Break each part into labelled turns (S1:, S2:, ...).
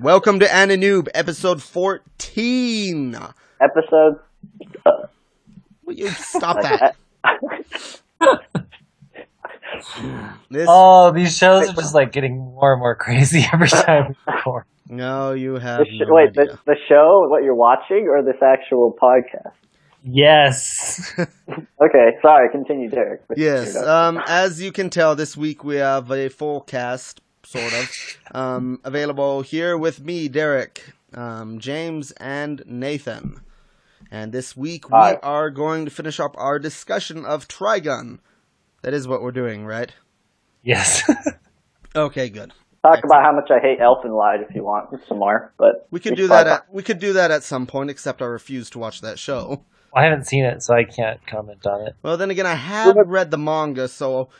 S1: Welcome to Anna Noob, episode 14.
S2: Episode.
S1: Will you stop that? This,
S3: Oh, these shows are just like getting more and more crazy every time we record.
S1: no, you have
S2: The sh-
S1: no
S2: wait, the,
S1: idea.
S2: the show, what you're watching, or this actual podcast?
S3: Yes.
S2: Okay, sorry, continue, Derek. But
S1: Yes,
S2: you're
S1: um, as you can tell, this week we have a full cast, sort of, um, available here with me, Derek, um, James, and Nathan. And this week we
S2: Hi.
S1: are going to finish up our discussion of Trigun. That is what we're doing, right?
S3: Yes.
S1: Okay, good.
S2: not- talk about how much I hate Elfin Lied if you want some more, but
S1: We could
S2: we
S1: do
S2: should
S1: that.
S2: probably-
S1: At, we could do that at some point. Except I refuse to watch that show.
S3: I haven't seen it, so I can't comment on it.
S1: Well, then again, I have
S2: Well, but-
S1: read the manga, so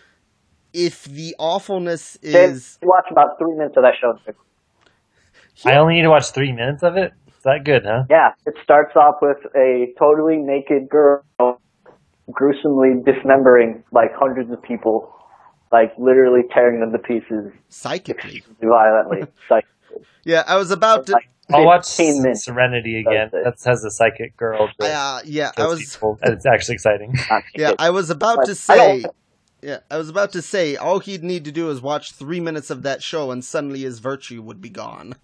S1: if the awfulness
S2: James,
S1: is
S2: you watch about three minutes of that show.
S3: I only need to watch three minutes of it. Is that good, huh?
S2: Yeah, it starts off with a totally naked girl gruesomely dismembering like hundreds of people, like literally tearing them to pieces
S1: psychically,
S2: violently. It's like,
S1: yeah, I was about to.
S2: like
S3: I'll watch
S2: 15 minutes.
S3: Serenity again. That has a psychic girl. that
S1: Uh, yeah, I
S3: kills
S1: was.
S3: people. And It's actually exciting.
S1: Yeah, I was about to
S2: I don't-
S1: say. Yeah, I was about to say. All he'd need to do is watch three minutes of that show, and suddenly his virtue would be gone.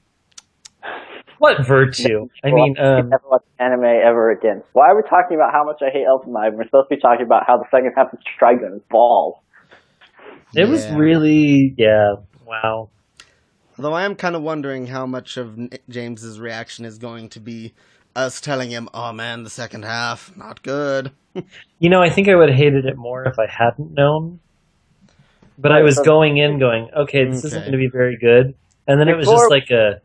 S3: What virtue? I mean, um,
S2: never watch anime ever again. Why are we talking about how much I hate Elfen Lied? We're supposed to be talking about how the second half of Trigun is balls.
S3: it was
S1: Yeah.
S3: really, yeah, wow.
S1: Although I am kind of wondering how much of N- James's reaction is going to be us telling him, "Oh man, the second half not good."
S3: You know, I think I would have hated it more if I hadn't known. But I was going in going, okay, this isn't
S1: Okay.
S3: going to be very good. And then it was
S2: Before-
S3: just like a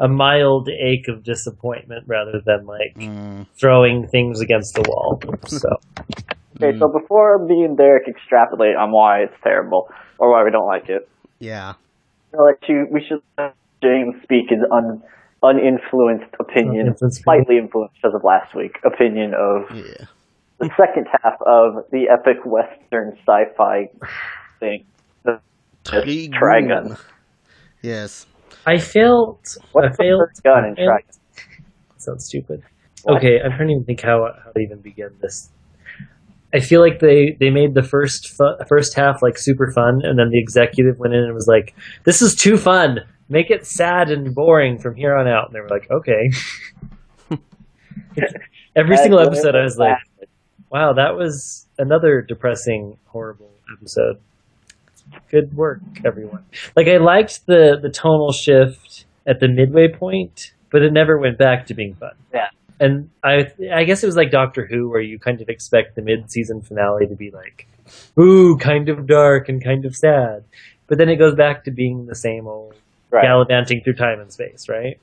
S3: a mild ache of disappointment rather than like
S1: Mm.
S2: Mm.
S3: throwing things against the wall. So
S2: Okay, so
S3: Hmm.
S2: before me and Derek extrapolate on why it's terrible or why we don't like it,
S1: Yeah.
S2: I'll let you. We should let James speak his un, uninfluenced opinion,
S3: Uninfluenced
S2: slightly influenced because of last week. Opinion of
S1: Yeah.
S2: the second half of the epic western sci-fi thing. The-
S1: Trigun.
S2: Trigun.
S1: Yes.
S3: I failed. I
S2: What's the
S3: failed.
S2: first gun in
S3: I failed.
S2: Trigun?
S3: Sounds stupid. Okay, I'm trying to even think how how to even begin this. I feel like they they made the first fu- first half like super fun, and then the executive went in and was like, "This is too fun. Make it sad and boring from here on out." And they were like, "Okay." Every
S2: That's
S3: single
S2: what it
S3: episode, I was like,
S2: was.
S3: "Wow, that was another depressing, horrible episode." Good work, everyone. Like I liked the the tonal shift at the midway point, but it never went back to being fun
S2: Yeah.
S3: and I I guess it was like Doctor Who, where you kind of expect the mid season finale to be like, ooh, kind of dark and kind of sad, but then it goes back to being the same old
S2: Right.
S3: gallivanting through time and space, right?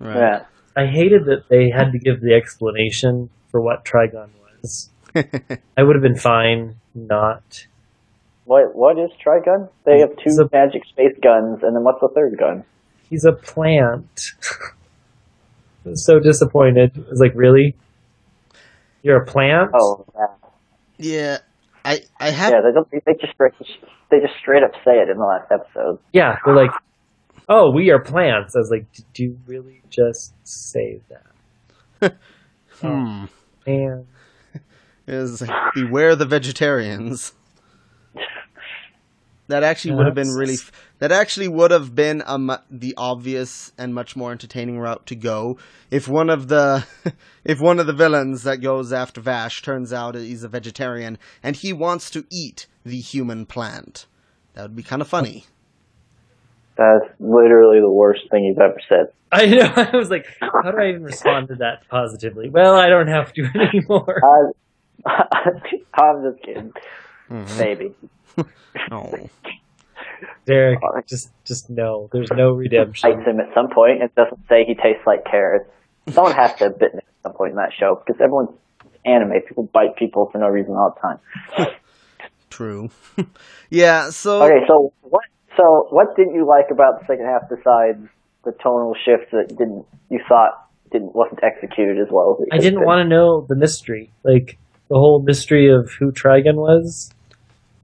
S1: Right.
S2: Yeah.
S3: I hated that they had to give the explanation for what Trigon was. I would have been fine not.
S2: What what is Trigun? They have two
S3: It's a-
S2: magic space guns, and then what's the third gun?
S3: He's a plant. I was so disappointed. I was like, really? You're a plant?
S2: Oh, yeah.
S1: Yeah. I I have
S2: yeah. They don't. They just straight. They just straight up say it in the last episode.
S3: Yeah, they're like, "Oh, we are plants." I was like, "Did you really just say that?" Oh,
S1: hmm.
S3: And
S1: is beware the vegetarians. That actually
S3: Yeah,
S1: would have been
S3: that's-
S1: really. f- That actually would have been a mu- the obvious and much more entertaining route to go if one of the if one of the villains that goes after Vash turns out he's a vegetarian and he wants to eat the human plant. That would be kind of funny.
S2: That's literally the worst thing you've ever said.
S3: I know I was like, "How do I even respond to that positively?" Well, I don't have to anymore.
S2: I, I'm just kidding.
S3: Mm-hmm.
S2: Maybe.
S1: Oh.
S3: Derek, just just no. There's no redemption.
S2: Bites him at some point. It doesn't say he tastes like carrots. Someone has to have bitten him at some point in that show because everyone's anime. People bite people for no reason all the time.
S1: True. yeah, so
S2: Okay, so what? So what didn't you like about the second half besides the tonal shifts that didn't you thought didn't wasn't executed as well? As it
S3: I didn't
S2: could've
S3: want to know the mystery, like the whole mystery of who Trigon was.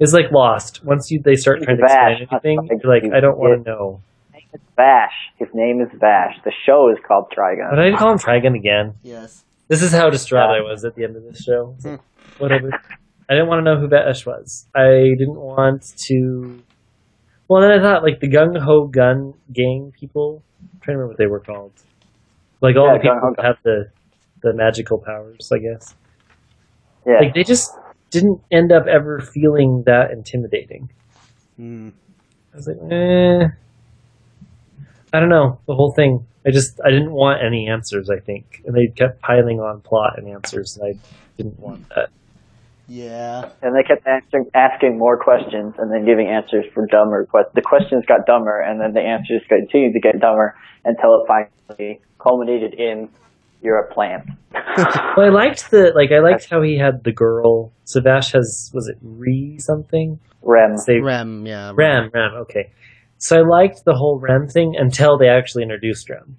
S3: Is like lost once you they start trying to
S2: Vash.
S3: explain anything. You're like, I don't want to know.
S2: been. It's Vash. His name is Vash. The show is called
S3: But
S2: Trigon.
S3: I didn't call him Trigon again.
S1: Yes.
S3: This is how distraught I was at the end of this show.
S1: Hmm.
S3: Whatever. I didn't want to know who Vash was. I didn't want to. Well, then I thought like the gung ho gun gang people. I'm trying to remember what they were called. Like all
S2: Yeah,
S3: the people
S2: Gung Ho
S3: who have the the magical powers, I guess.
S2: Yeah.
S3: Like they just didn't end up ever feeling that intimidating.
S1: Hmm.
S3: I was like, eh. I don't know the whole thing. I just I didn't want any answers. I think, and they kept piling on plot and answers, and I didn't want that.
S1: Yeah.
S2: And they kept answering, asking more questions and then giving answers for dumber questions. The questions got dumber and then the answers continued to get dumber until it finally culminated in you're a plant.
S3: Well, I liked the like I liked how he had the girl. Savash has was it Re something?
S2: Rem.
S3: Say
S1: Rem. Yeah.
S3: Rem Rem. Okay, so I liked the whole Rem thing until they actually introduced Rem,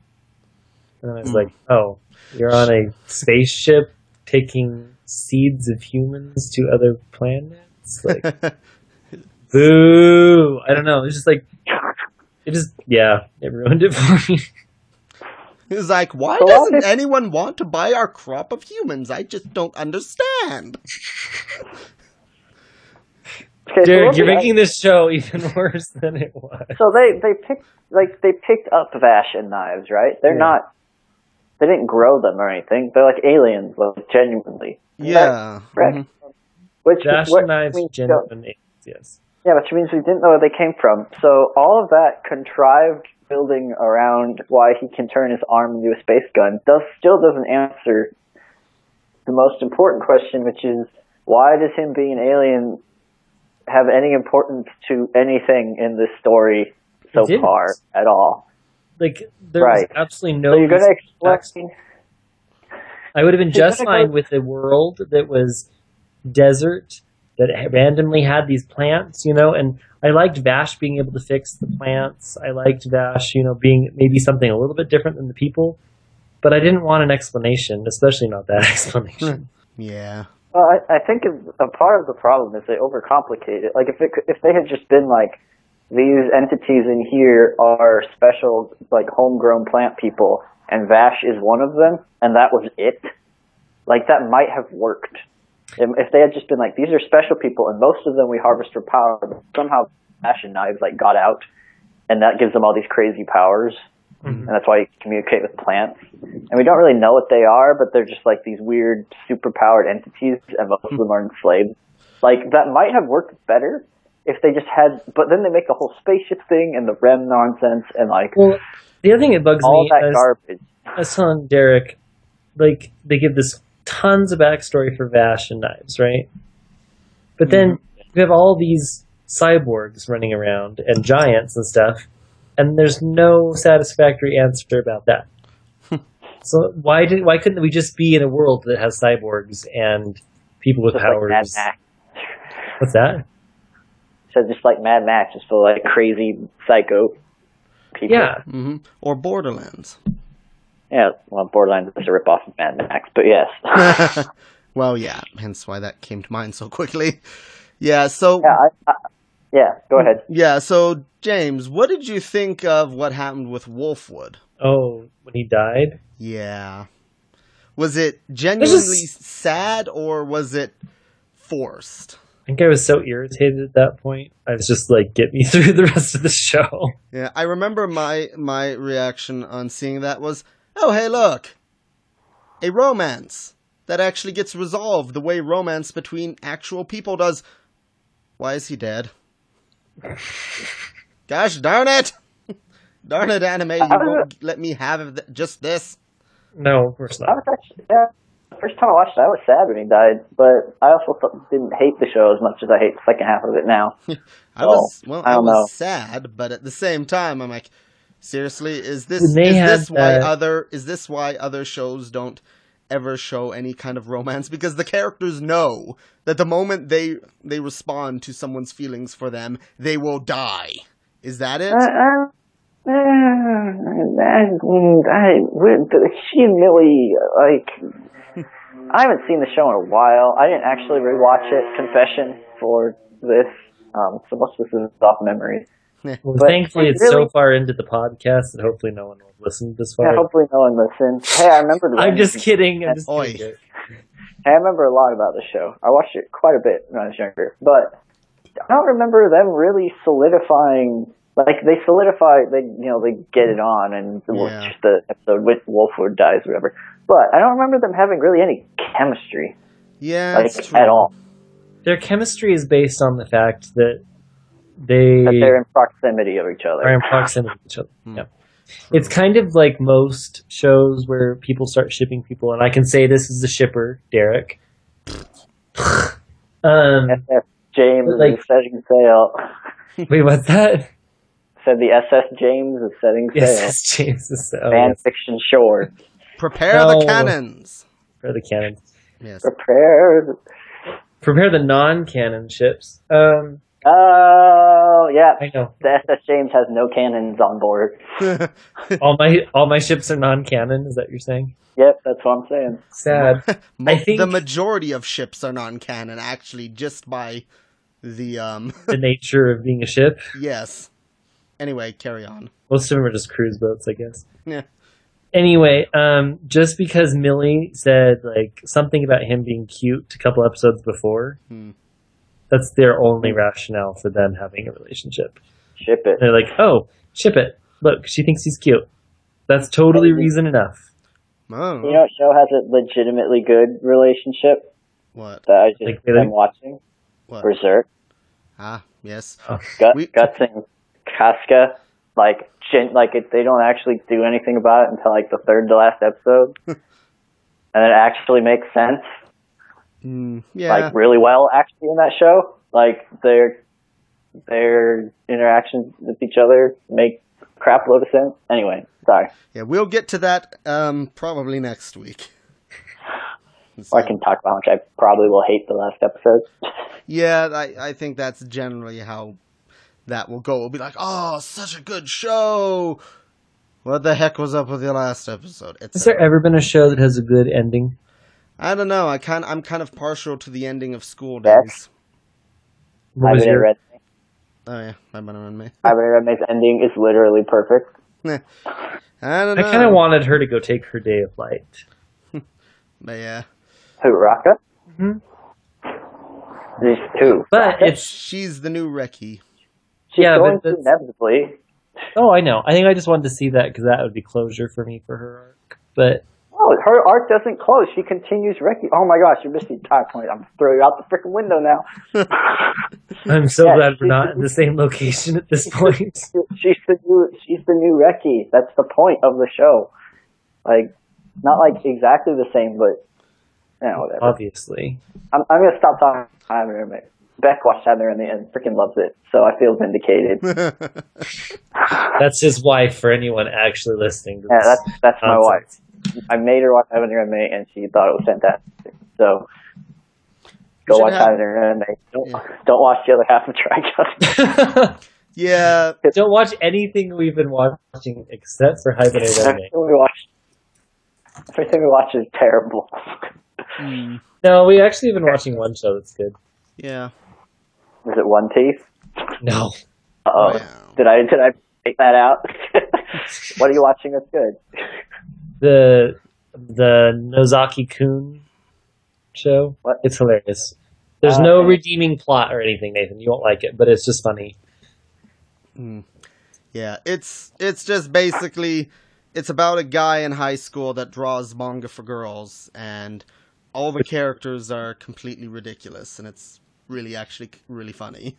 S3: and then I was
S1: Mm.
S3: like, oh, you're on a spaceship taking seeds of humans to other planets, like. Boo! I don't know. It's just like it just yeah, it ruined it for me.
S1: He's like, why
S2: So all
S1: doesn't
S2: this-
S1: anyone want to buy our crop of humans? I just don't understand.
S2: Okay, so
S3: Jared,
S2: what
S3: you're
S2: we-
S3: making this show even worse than it was.
S2: So they they picked like they picked up Vash and knives, right? They're
S3: Yeah.
S2: not. They didn't grow them or anything. They're like aliens, like, genuinely.
S1: Yeah.
S2: Correct.
S1: Mhm.
S2: Which
S3: Dash
S2: what,
S3: knives
S2: we don't-
S3: genuine apes, yes.
S2: Yeah, which means we didn't know where they came from. So all of that contrived building around why he can turn his arm into a space gun does still doesn't answer the most important question, which is why does him being an alien have any importance to anything in this story so
S3: It didn't.
S2: far at all?
S3: Like there's
S2: Right.
S3: absolutely no
S2: So you're gonna
S3: facts.
S2: explain
S3: I would have been
S2: you're
S3: just
S2: gonna
S3: fine
S2: go-
S3: with a world that was desert that ha- randomly had these plants, you know, and I liked Vash being able to fix the plants. I liked Vash, you know, being maybe something a little bit different than the people, but I didn't want an explanation, especially not that explanation.
S1: Yeah.
S2: Well, I, I think if- a part of the problem is they overcomplicate it. Like if it, c- if they had just been like these entities in here are special like homegrown plant people and Vash is one of them and that was it. Like that might have worked. If if they had just been like these are special people and most of them we harvest for power, but somehow Vash and Knives like got out and that gives them all these crazy powers and that's why you communicate with plants. And we don't really know what they are, but they're just like these weird superpowered entities, and most of them are enslaved. Like that might have worked better if they just had, but then they make the whole spaceship thing and the REM nonsense and like
S3: Well, the other thing that bugs
S2: all
S3: me
S2: that
S3: is
S2: garbage.
S3: I was telling Derek, like they give this tons of backstory for Vash and Knives, right? But then
S2: Mm-hmm.
S3: you have all these cyborgs running around and giants and stuff, and there's no satisfactory answer about that. so why did why couldn't we just be in a world that has cyborgs and people with
S2: Just like
S3: powers?
S2: Mad Max.
S3: What's that?
S2: So just like Mad Max, just full of like crazy psycho people.
S3: Yeah,
S1: hmm Or Borderlands.
S2: Yeah. Well, Borderlands is a ripoff of Mad Max, but yes.
S1: well, yeah. Hence why that came to mind so quickly. Yeah. So
S2: yeah. I, I, yeah. Go ahead.
S1: yeah. So James, what did you think of what happened with Wolfwood?
S3: Oh, when he died,
S1: Yeah. Was it genuinely sad or was it forced?
S3: I think I was so irritated at that point. I was just like, get me through the rest of the show.
S1: Yeah, I remember my my reaction on seeing that was, "Oh, hey, look. A romance that actually gets resolved the way romance between actual people does. Why is he dead? Gosh darn it. Darn it, anime, you won't let me have th- just this.
S3: No, of course not.
S2: I was actually, yeah. The first time I watched it, I was sad when he died, but I also th- didn't hate the show as much as I hate the second half of it now.
S1: I was well,
S2: I
S1: I,
S2: don't
S1: was
S2: know.
S1: sad, but at the same time, I'm like, seriously, is this
S3: When they
S1: is
S3: had
S1: this why
S3: that-
S1: other is this why other shows don't ever show any kind of romance because the characters know that the moment they they respond to someone's feelings for them, they will die. Is that it?
S2: Uh, uh, uh, I, I, we're- she and Millie, like, I haven't seen the show in a while. I didn't actually rewatch it, confession, for this. Um, so most of this is off memory.
S3: Well,
S2: But
S3: thankfully,
S2: it's
S3: it's
S2: really-
S3: so far into the podcast that hopefully no one will listen this far.
S2: Yeah, hopefully no one listens. Hey, I remember the
S3: I'm just kidding. I'm just
S1: Oi.
S3: kidding.
S2: Hey, I remember a lot about the show. I watched it quite a bit when I was younger, but I don't remember them really solidifying. Like they solidify, they you know they get it on, and the-
S1: Yeah.
S2: just the episode with Wolfwood dies, whatever. But I don't remember them having really any chemistry,
S1: Yeah,
S2: like
S1: it's true.
S2: at all.
S3: Their chemistry is based on the fact that
S2: That
S3: they
S2: they're in proximity of each other.
S3: are in proximity to each other.
S1: Hmm.
S3: Yeah. It's kind of like most shows where people start shipping people, and I can say this is the shipper, Derek. um,
S2: SS James
S3: But, like-
S2: is setting sail.
S3: wait, what's that?
S2: Said the SS James is setting
S3: Yes,
S2: sail.
S3: that's James. is- Oh,
S2: Fan
S3: yes,
S2: fiction shore.
S1: Prepare the
S3: No.
S1: cannons.
S3: for the cannon.
S1: Yes.
S2: Prepare
S3: Prepare the non-cannon ships. Um,
S2: Oh, yeah.
S3: I know
S2: The SS James has no cannons on board.
S3: all my all my ships are non-cannon. Is that what you're saying?
S2: Yep, that's what I'm saying.
S3: Sad.
S1: Mo-
S3: I think-
S1: the majority of ships are non-canon, actually, just by the um.
S3: the nature of being a ship.
S1: yes. Anyway, carry on.
S3: Most of them are just cruise boats, I guess.
S1: Yeah.
S3: Anyway, um, just because Millie said like something about him being cute a couple episodes before,
S1: Hmm.
S3: that's their only rationale for them having a relationship.
S2: Ship it.
S3: They're like, "Oh, ship it. Look, she thinks he's cute. That's totally reason enough."
S1: Oh,
S2: You know what show has a legitimately good relationship
S1: what?
S2: that I just
S3: Like, really?
S2: am watching?
S1: What?
S2: Berserk.
S1: Ah, yes.
S2: Gut,
S1: We-
S2: Guts and Casca. Like, gen- like it, they don't actually do anything about it until like the third to last episode. and it actually makes sense.
S1: Mm, yeah.
S2: Hmm, Like, really well actually in that show. Like, their, their interactions with each other make crap load of sense. Anyway, sorry.
S1: yeah, we'll get to that um probably next week.
S2: Or I can talk about how much I probably will hate the last episode.
S1: Yeah, I, I think that's generally how that will go. We'll be like, oh, such a good show. What the heck was up with the last episode? et
S3: Has there
S1: cetera.
S3: ever been a show that has a good ending?
S1: I don't know. I kind I'm kind of partial to the ending of School
S2: Yes.
S1: Days.
S3: What
S2: I
S3: was
S2: would have
S3: your-
S2: read
S1: Oh yeah, that might have been me.
S2: I would have read ending is literally perfect.
S1: I don't
S3: I
S1: know.
S3: kind
S2: um,
S3: of wanted her to go take her day of light.
S1: But yeah,
S2: Huraka?
S3: Mhm.
S2: These two.
S3: But it's
S1: she's the new Reki.
S2: She's
S3: Yeah,
S2: going
S3: but
S2: to
S3: that's-
S2: inevitably.
S3: oh, I know. I think I just wanted to see that because that would be closure for me for her arc. But
S2: Oh, her arc doesn't close. She continues Reki. Oh my gosh, you missed the entire point. I'm gonna throw you out the freaking window now.
S3: I'm so
S2: Yeah,
S3: glad we're
S2: she-
S3: not in the same location at this point.
S2: She's the new. She's the new Reki. That's the point of the show. Like, not like exactly the same, but you know, whatever.
S3: Obviously,
S2: I'm, I'm gonna stop talking. I'm gonna make- Beck watched Heather in the end, freaking loves it, so I feel vindicated. yeah,
S3: that's his wife. For anyone actually listening, to this
S2: that's that's my wife.
S3: nonsense.
S2: I made her watch Heather in the Roommate, and she thought it was fantastic. So
S1: You
S2: go
S1: should
S2: watch
S1: have-
S2: Heather in the Roommate. Don't
S1: Yeah.
S2: don't watch the other half of Trigun.
S1: Yeah,
S3: Don't watch anything we've been watching except for Hibernate Anime.
S2: everything we watch, everything we watch is terrible.
S1: mm,
S3: No, we actually have been watching one show that's good.
S1: yeah.
S2: is it One Teeth?
S3: No,
S2: Uh oh.
S1: Wow.
S2: Did I did I take that out? what are you watching that's good?
S3: the the Nozaki Kun show.
S2: What?
S3: It's hilarious. There's
S2: Ah,
S1: Uh,
S3: no
S2: okay.
S3: redeeming plot or anything, Nathan. You won't like it, but it's just funny.
S1: Mm. Yeah, it's it's just basically it's about a guy in high school that draws manga for girls, and all the characters are completely ridiculous, and it's really actually really funny.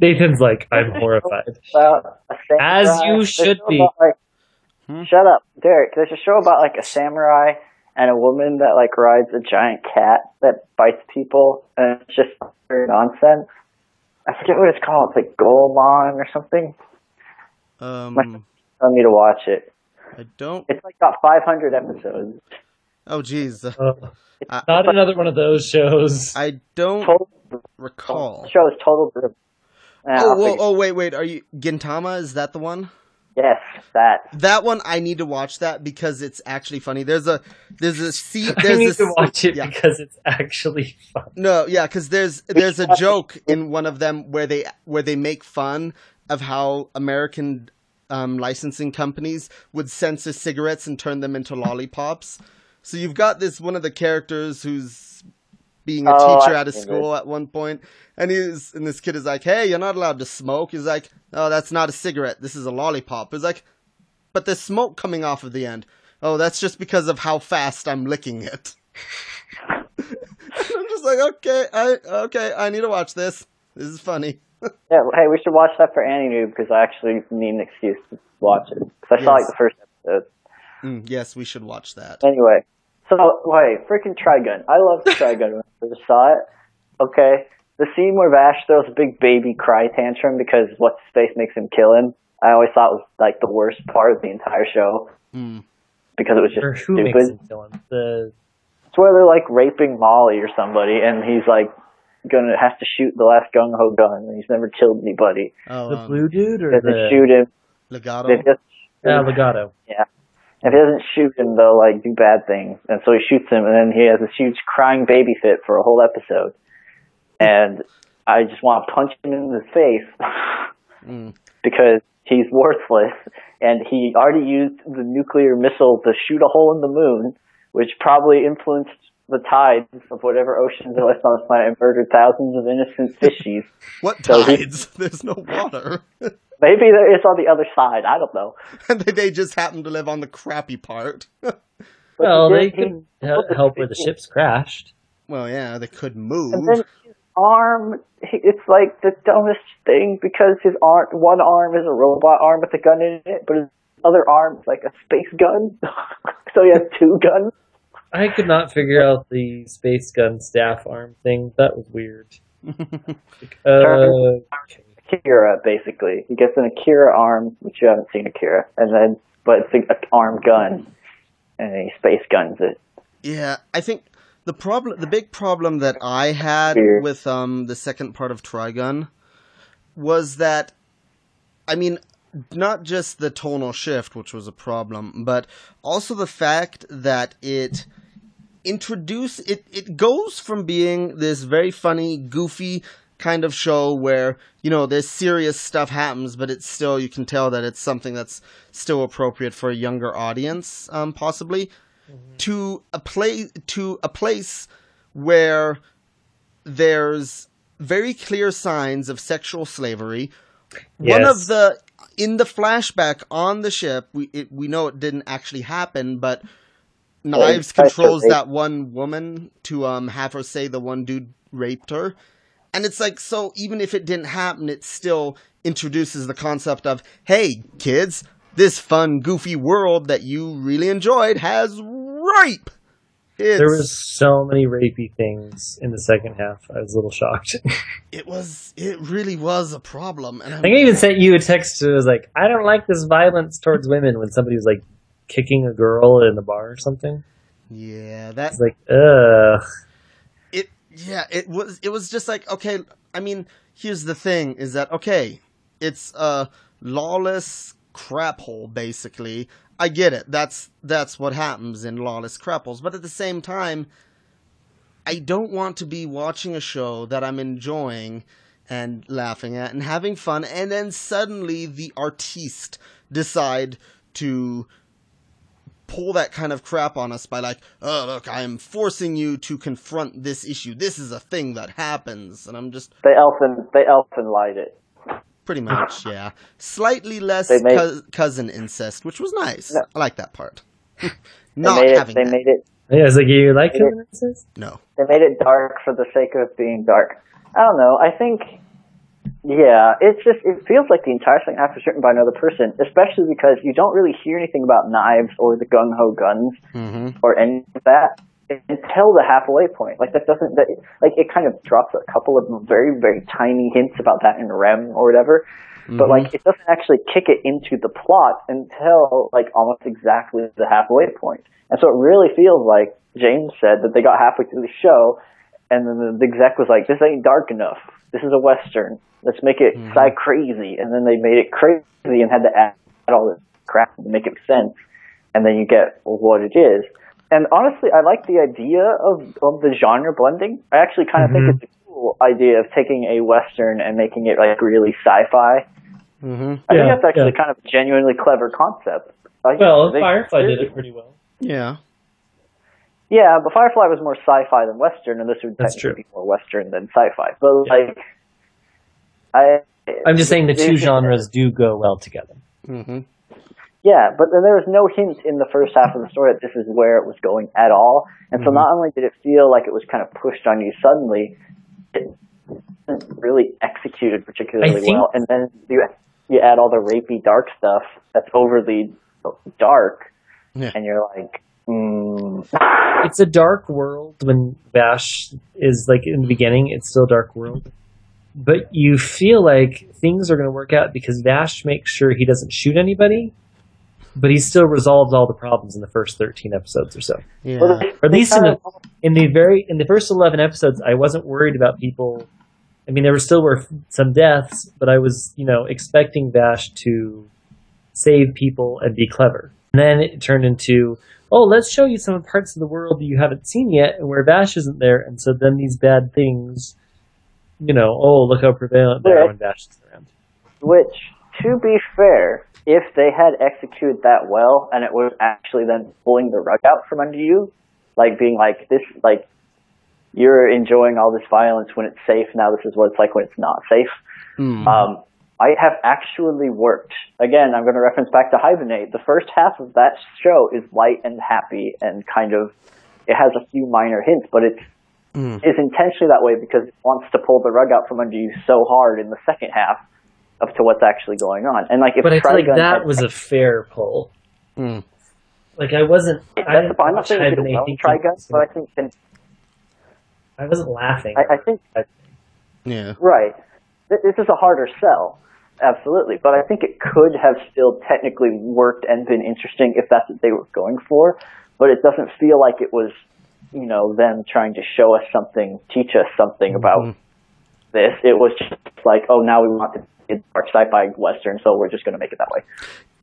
S3: Nathan's like, I'm horrified.
S2: About a samurai.
S3: As you
S2: There's
S3: should
S2: no
S3: be.
S2: about, like-
S1: Hmm?
S2: Shut up, Derek. There's a show about like a samurai and a woman that like rides a giant cat that bites people, and it's just utter nonsense. I forget what it's called. It's like Goemon or something.
S1: Um,
S2: Tell me to watch it.
S1: I don't.
S2: It's like got 500 episodes.
S1: Oh, jeez, uh,
S3: Uh,
S1: I-
S3: not another one of those shows.
S1: I don't
S2: Total
S1: recall.
S2: show is total. Grim. Nah, I'll
S1: Oh, whoa,
S2: figure-
S1: oh, wait, wait. Are you Gintama? Is that the one?
S2: Yes, that.
S1: That one I need to watch that because it's actually funny. There's a there's a see
S3: I
S1: there's
S3: need
S1: a
S3: to watch it
S1: yeah.
S3: because it's actually fun.
S1: No, yeah, because there's there's a
S2: watch it.
S1: joke in one of them where they where they make fun of how American um, licensing companies would censor cigarettes and turn them into lollipops. So you've got this one of the characters who's being a
S2: Oh,
S1: teacher
S2: I
S1: at a
S2: see this.
S1: school at one point, and he's and this kid is like, "Hey, you're not allowed to smoke." He's like, "Oh, that's not a cigarette. This is a lollipop." He's like, "But there's smoke coming off of the end." Oh, that's just because of how fast I'm licking it. I'm just like, okay, I okay, I need to watch this. This is funny.
S2: Yeah, hey, we should watch that for Annie Noob because I actually need an excuse to watch it. 'Cause I saw like
S1: Yes.
S2: the first episode.
S1: Mm, yes, we should watch that.
S2: Anyway, so wait, freaking Trigun. I love Trigun. when I first saw it. Okay, the scene where Vash throws a big baby cry tantrum because what space makes him kill him. I always thought was like the worst part of the entire show
S1: Mm.
S2: because it was just
S3: Or who
S2: stupid.
S3: makes him kill him? The
S2: It's where they're like raping Molly or somebody, and he's like gonna have to shoot the last gung ho gun, and he's never killed anybody.
S1: Oh,
S3: the
S1: um,
S3: blue dude or
S2: If they
S3: the
S2: shoot him, they
S1: Legato.
S2: just
S3: uh, Legato?
S2: If he doesn't shoot him, they'll like do bad things, and so he shoots him, and then he has this huge crying baby fit for a whole episode. And I just want to punch him in the face
S1: Mm.
S2: because he's worthless, and he already used the nuclear missile to shoot a hole in the moon, which probably influenced the tides of whatever oceans there was on this planet and murdered thousands of innocent fishies.
S1: What
S2: So he-
S1: tides? There's no water.
S2: Maybe there is on the other side. I don't know.
S1: and they, they just happen to live on the crappy part.
S2: But
S3: Well,
S2: he
S3: they
S2: did- he-
S3: couldn't he- help where the ships crashed.
S1: well, yeah, they could
S2: And
S1: move.
S2: then his arm, he- it's like the dumbest thing because his arm, one arm is a robot arm with a gun in it, but his other arm is like a space gun. so he has two guns.
S3: I could not figure out the space gun staff arm thing. That was weird. Uh,
S2: Akira, basically. He gets an Akira arm, which you haven't seen Akira, and then, but it's an arm gun. And he space guns it.
S1: Yeah, I think the problem, the big problem that I had
S2: Yeah.
S1: with um the second part of Trigun was that, I mean, not just the tonal shift, which was a problem, but also the fact that it introduce it it goes from being this very funny goofy kind of show where you know there's serious stuff happens but it's still you can tell that it's something that's still appropriate for a younger audience um, possibly to a play to a place where there's very clear signs of sexual slavery one of
S3: Yes.
S1: the in the flashback on the ship we it, we know it didn't actually happen but Knives
S2: it's kinda
S1: controls
S2: rape.
S1: that one woman to um have her say the one dude raped her. And it's like so even if it didn't happen, it still introduces the concept of, hey, kids, this fun, goofy world that you really enjoyed has rape. It's,
S3: there was so many rapey things in the second half. I was a little shocked.
S1: it was it really was a problem. And
S3: I
S1: I'm,
S3: think I even sent you a text that was like, "I don't like this violence towards women." When somebody was like kicking a girl in the bar or something,
S1: yeah, that
S3: it's like, ugh.
S1: it yeah it was it was just like okay i mean here's the thing is that okay it's a lawless crap hole basically i get it that's that's what happens in lawless crap holes but at the same time i don't want to be watching a show that i'm enjoying and laughing at and having fun and then suddenly the artiste decide to pull that kind of crap on us by like, oh look, I am forcing you to confront this issue. This is a thing that happens, and I'm just
S2: They elfin, they elfin light it.
S1: pretty much yeah, slightly less
S2: They made-
S1: cous- cousin incest, which was nice.
S2: No.
S1: I like that part.
S2: They
S1: Not
S2: made it,
S1: having
S2: they
S1: that.
S2: made it,
S3: Yeah, I was like, "You like it?" sis?"
S1: no.
S2: they made it dark for the sake of being dark. I don't know. I think, yeah, it's just it feels like the entire thing half was written by another person, especially because you don't really hear anything about knives or the gung ho guns
S1: hmm
S2: or any of that until the halfway point. Like that doesn't that, like it kind of drops a couple of very very tiny hints about that in REM or whatever. But like it doesn't actually kick it into the plot until like almost exactly the halfway point. And so it really feels like James said that they got halfway through the show and then the, the exec was like, This ain't dark enough. This is a western. Let's make it sci crazy and then they made it crazy and had to add add all this crap to make it sense, and then you get what it is. And honestly, I like the idea of, of the genre blending. I actually kind of
S3: Mhm.
S2: think it's a cool idea of taking a western and making it like really sci-fi.
S1: hmm
S2: I
S3: Yeah,
S2: think that's actually
S3: yeah.
S2: kind of a genuinely clever concept. Like,
S3: Well,
S2: they-
S3: Firefly did it pretty well.
S1: Yeah.
S2: Yeah, but Firefly was more sci-fi than western, and this would
S3: That's
S2: technically be more western than sci-fi. But like, I
S3: I'm just saying the
S2: they-
S3: two genres do go well together.
S1: hmm
S2: Yeah, but then there was no hint in the first half of the story that this is where it was going at all. And so
S3: Mm-hmm.
S1: Mhm.
S2: not only did it feel like it was kind of pushed on you suddenly, it wasn't really executed particularly
S3: I think-
S2: well. And then you you add all the rapey dark stuff that's overly dark,
S1: Yeah.
S2: and you're like, mm,
S3: It's a dark world when Vash is like in the beginning, it's still a dark world. But you feel like things are going to work out because Vash makes sure he doesn't shoot anybody, but he still resolves all the problems in the first 13 episodes or so.
S1: Yeah.
S2: Well, they-
S3: Or at
S2: they
S3: least in
S2: kind
S3: the
S2: of-
S3: in the very in the first 11 episodes i wasn't worried about people i mean there were still were some deaths but i was you know expecting vash to save people and be clever and then it turned into oh let's show you some parts of the world that you haven't seen yet and where vash isn't there and so then these bad things you know oh look how prevalent they are when vash is around
S2: Which, to be fair, if they had executed that well and it was actually then pulling the rug out from under you, like being like this, like you're enjoying all this violence when it's safe. Now this is what it's like when it's not safe.
S1: Mm.
S3: Mm-hmm.
S2: Um, I have actually worked. Again, I'm going to reference back to Hibernate. The first half of that show is light and happy and kind of it has a few minor hints, but it's
S1: Mm.
S2: it's intentionally that way because it wants to pull the rug out from under you so hard in the second half up to what's actually going on. And like if
S3: but i feel like
S2: Trigun
S3: that
S2: had-
S3: was a fair pull
S1: Mm.
S3: like i wasn't
S2: that's
S3: I
S2: the
S3: didn't
S2: point. I'm not
S3: watch
S2: saying it did
S3: Hibernate
S2: well,
S3: thinking it
S2: Trigun,
S3: was
S2: but
S3: gonna-
S2: I think and
S3: I wasn't laughing
S2: I, I think
S1: Yeah.
S2: Right. Th- This is a harder sell, absolutely. But I think it could have still technically worked and been interesting if that's what they were going for. But it doesn't feel like it was, you know, them trying to show us something, teach us something about
S1: Mm-hmm.
S2: this. It was just like, oh, now we want to get our sci-fi western, so we're just going to make it that way.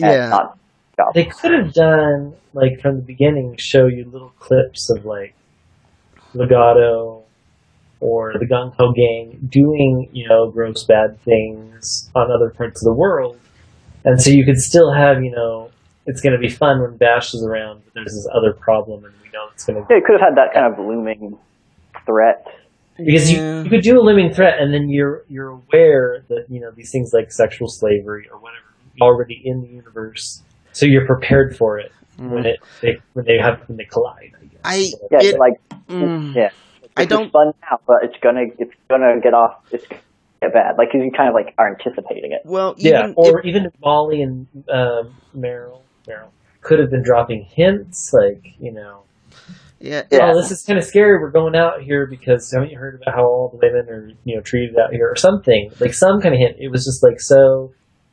S2: And
S1: Yeah.
S2: not stop.
S3: They could have done like from the beginning, show you little clips of like Legato or the Gung Ho Gang doing you know gross bad things on other parts of the world, and so you could still have you know it's going to be fun when Bash is around, but there's this other problem, and we know it's going to
S2: Yeah, it could have had that kind of looming threat.
S3: because
S1: Yeah.
S3: you, you could do a looming threat, and then you're you're aware that you know these things like sexual slavery or whatever already in the universe, so you're prepared for it.
S1: Mm.
S3: when it they when they have when they collide. I guess.
S1: I-
S3: So,
S2: Yeah,
S1: It-
S2: like
S1: Mm.
S2: Yeah.
S1: I
S2: This is
S1: don't-
S2: fun now, but it's gonna it's gonna get off. It's gonna get bad. Like 'cause you kind of like are anticipating it.
S1: Well,
S3: yeah,
S1: even
S3: or even Molly and um, Meryl Meryl could have been dropping hints like you know.
S1: yeah,
S2: Yeah.
S3: Oh, this is kind of scary. We're going out here because haven't you heard about how all the women are, you know, treated out here or something? Like some kind of hint. It was just like so,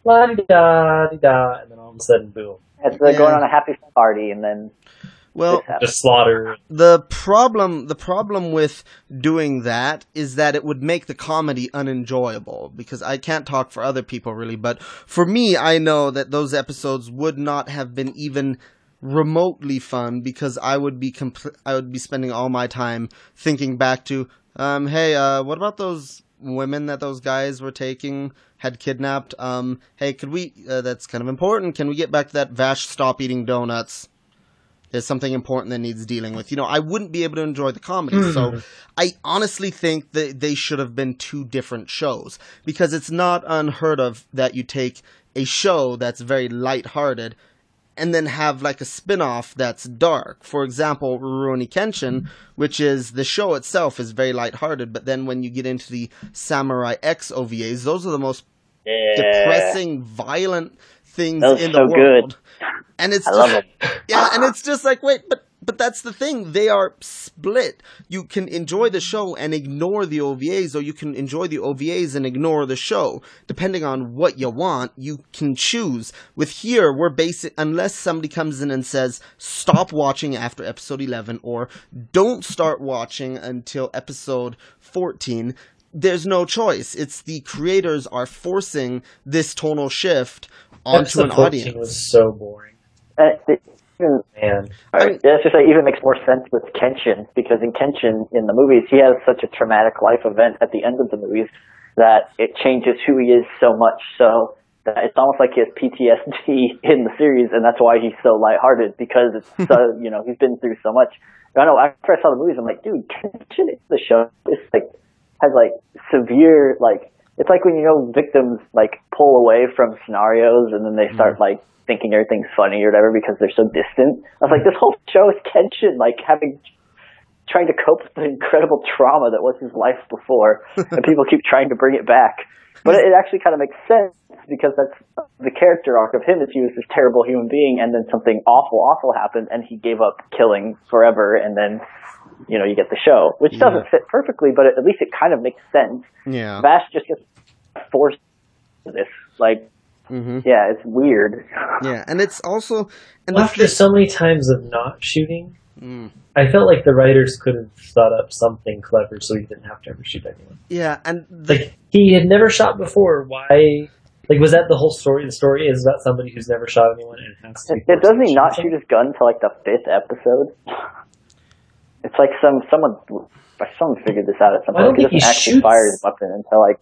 S3: la di da di da, and then all of a sudden, boom,
S2: It's like
S1: Yeah.
S2: going on a happy party and then
S1: well,
S2: this happens.
S3: just slaughter.
S1: the problem the problem with doing that is that it would make the comedy unenjoyable because I can't talk for other people really, but for me I know that those episodes would not have been even remotely fun because I would be compl- I would be spending all my time thinking back to um hey uh what about those women that those guys were taking had kidnapped um hey could we uh, that's kind of important can we get back to that Vash stop eating donuts there's something important that needs dealing with. You know, I wouldn't be able to enjoy the comedy. So I honestly think that they should have been two different shows because it's not unheard of that you take a show that's very lighthearted and then have like a spin-off that's dark. For example, Rurouni Kenshin, which is the show itself is very lighthearted, but then when you get into the Samurai X OVAs, those are the most depressing, violent things
S2: Those
S1: in
S2: so
S1: the
S2: good.
S1: world. And it's
S2: I
S1: just,
S2: love them.
S1: yeah, and it's just like, wait, but but that's the thing. They are split. You can enjoy the show and ignore the OVAs, or you can enjoy the OVAs and ignore the show. Depending on what you want, you can choose. With here, we're basic unless somebody comes in and says, stop watching after episode eleven or don't start watching until episode fourteen there's no choice. It's the creators are forcing this tonal shift onto an audience.
S3: was so boring.
S2: And it, even,
S3: Man,
S1: I mean-
S2: that's just like even makes more sense with Kenshin because in Kenshin in the movies he has such a traumatic life event at the end of the movies that it changes who he is so much so that it's almost like he has PTSD in the series and that's why he's so lighthearted because it's so you know he's been through so much. I know after I saw the movies I'm like dude Kenshin is the show it's like has like severe like it's like when you know victims like pull away from scenarios and then they start like thinking everything's funny or whatever because they're so distant. I was like, this whole show is tension, like having trying to cope with the incredible trauma that was his life before, and people keep trying to bring it back. But it actually kind of makes sense because that's the character arc of him is he was this terrible human being, and then something awful, awful happened, and he gave up killing forever, and then you know you get the show, which doesn't fit perfectly, but at least it kind of makes sense.
S1: Yeah.
S2: Vash just gets forced to this, like.
S1: hmm
S2: Yeah, it's weird.
S1: Yeah, and it's also and the,
S3: after so many times of not shooting,
S1: Mm.
S3: I felt like the writers could have thought up something clever so he didn't have to ever shoot anyone.
S1: yeah, and the,
S3: Like he had never shot before. Why? Like was that the whole story? The story is about somebody who's never shot anyone and has to. be
S2: Yeah,
S3: forced to
S2: doesn't he not
S3: someone?
S2: shoot his gun till like the fifth episode? It's like some someone someone figured this out at some
S3: I don't
S2: point. He
S3: think he
S2: doesn't actually
S3: shoots.
S2: fire his weapon until like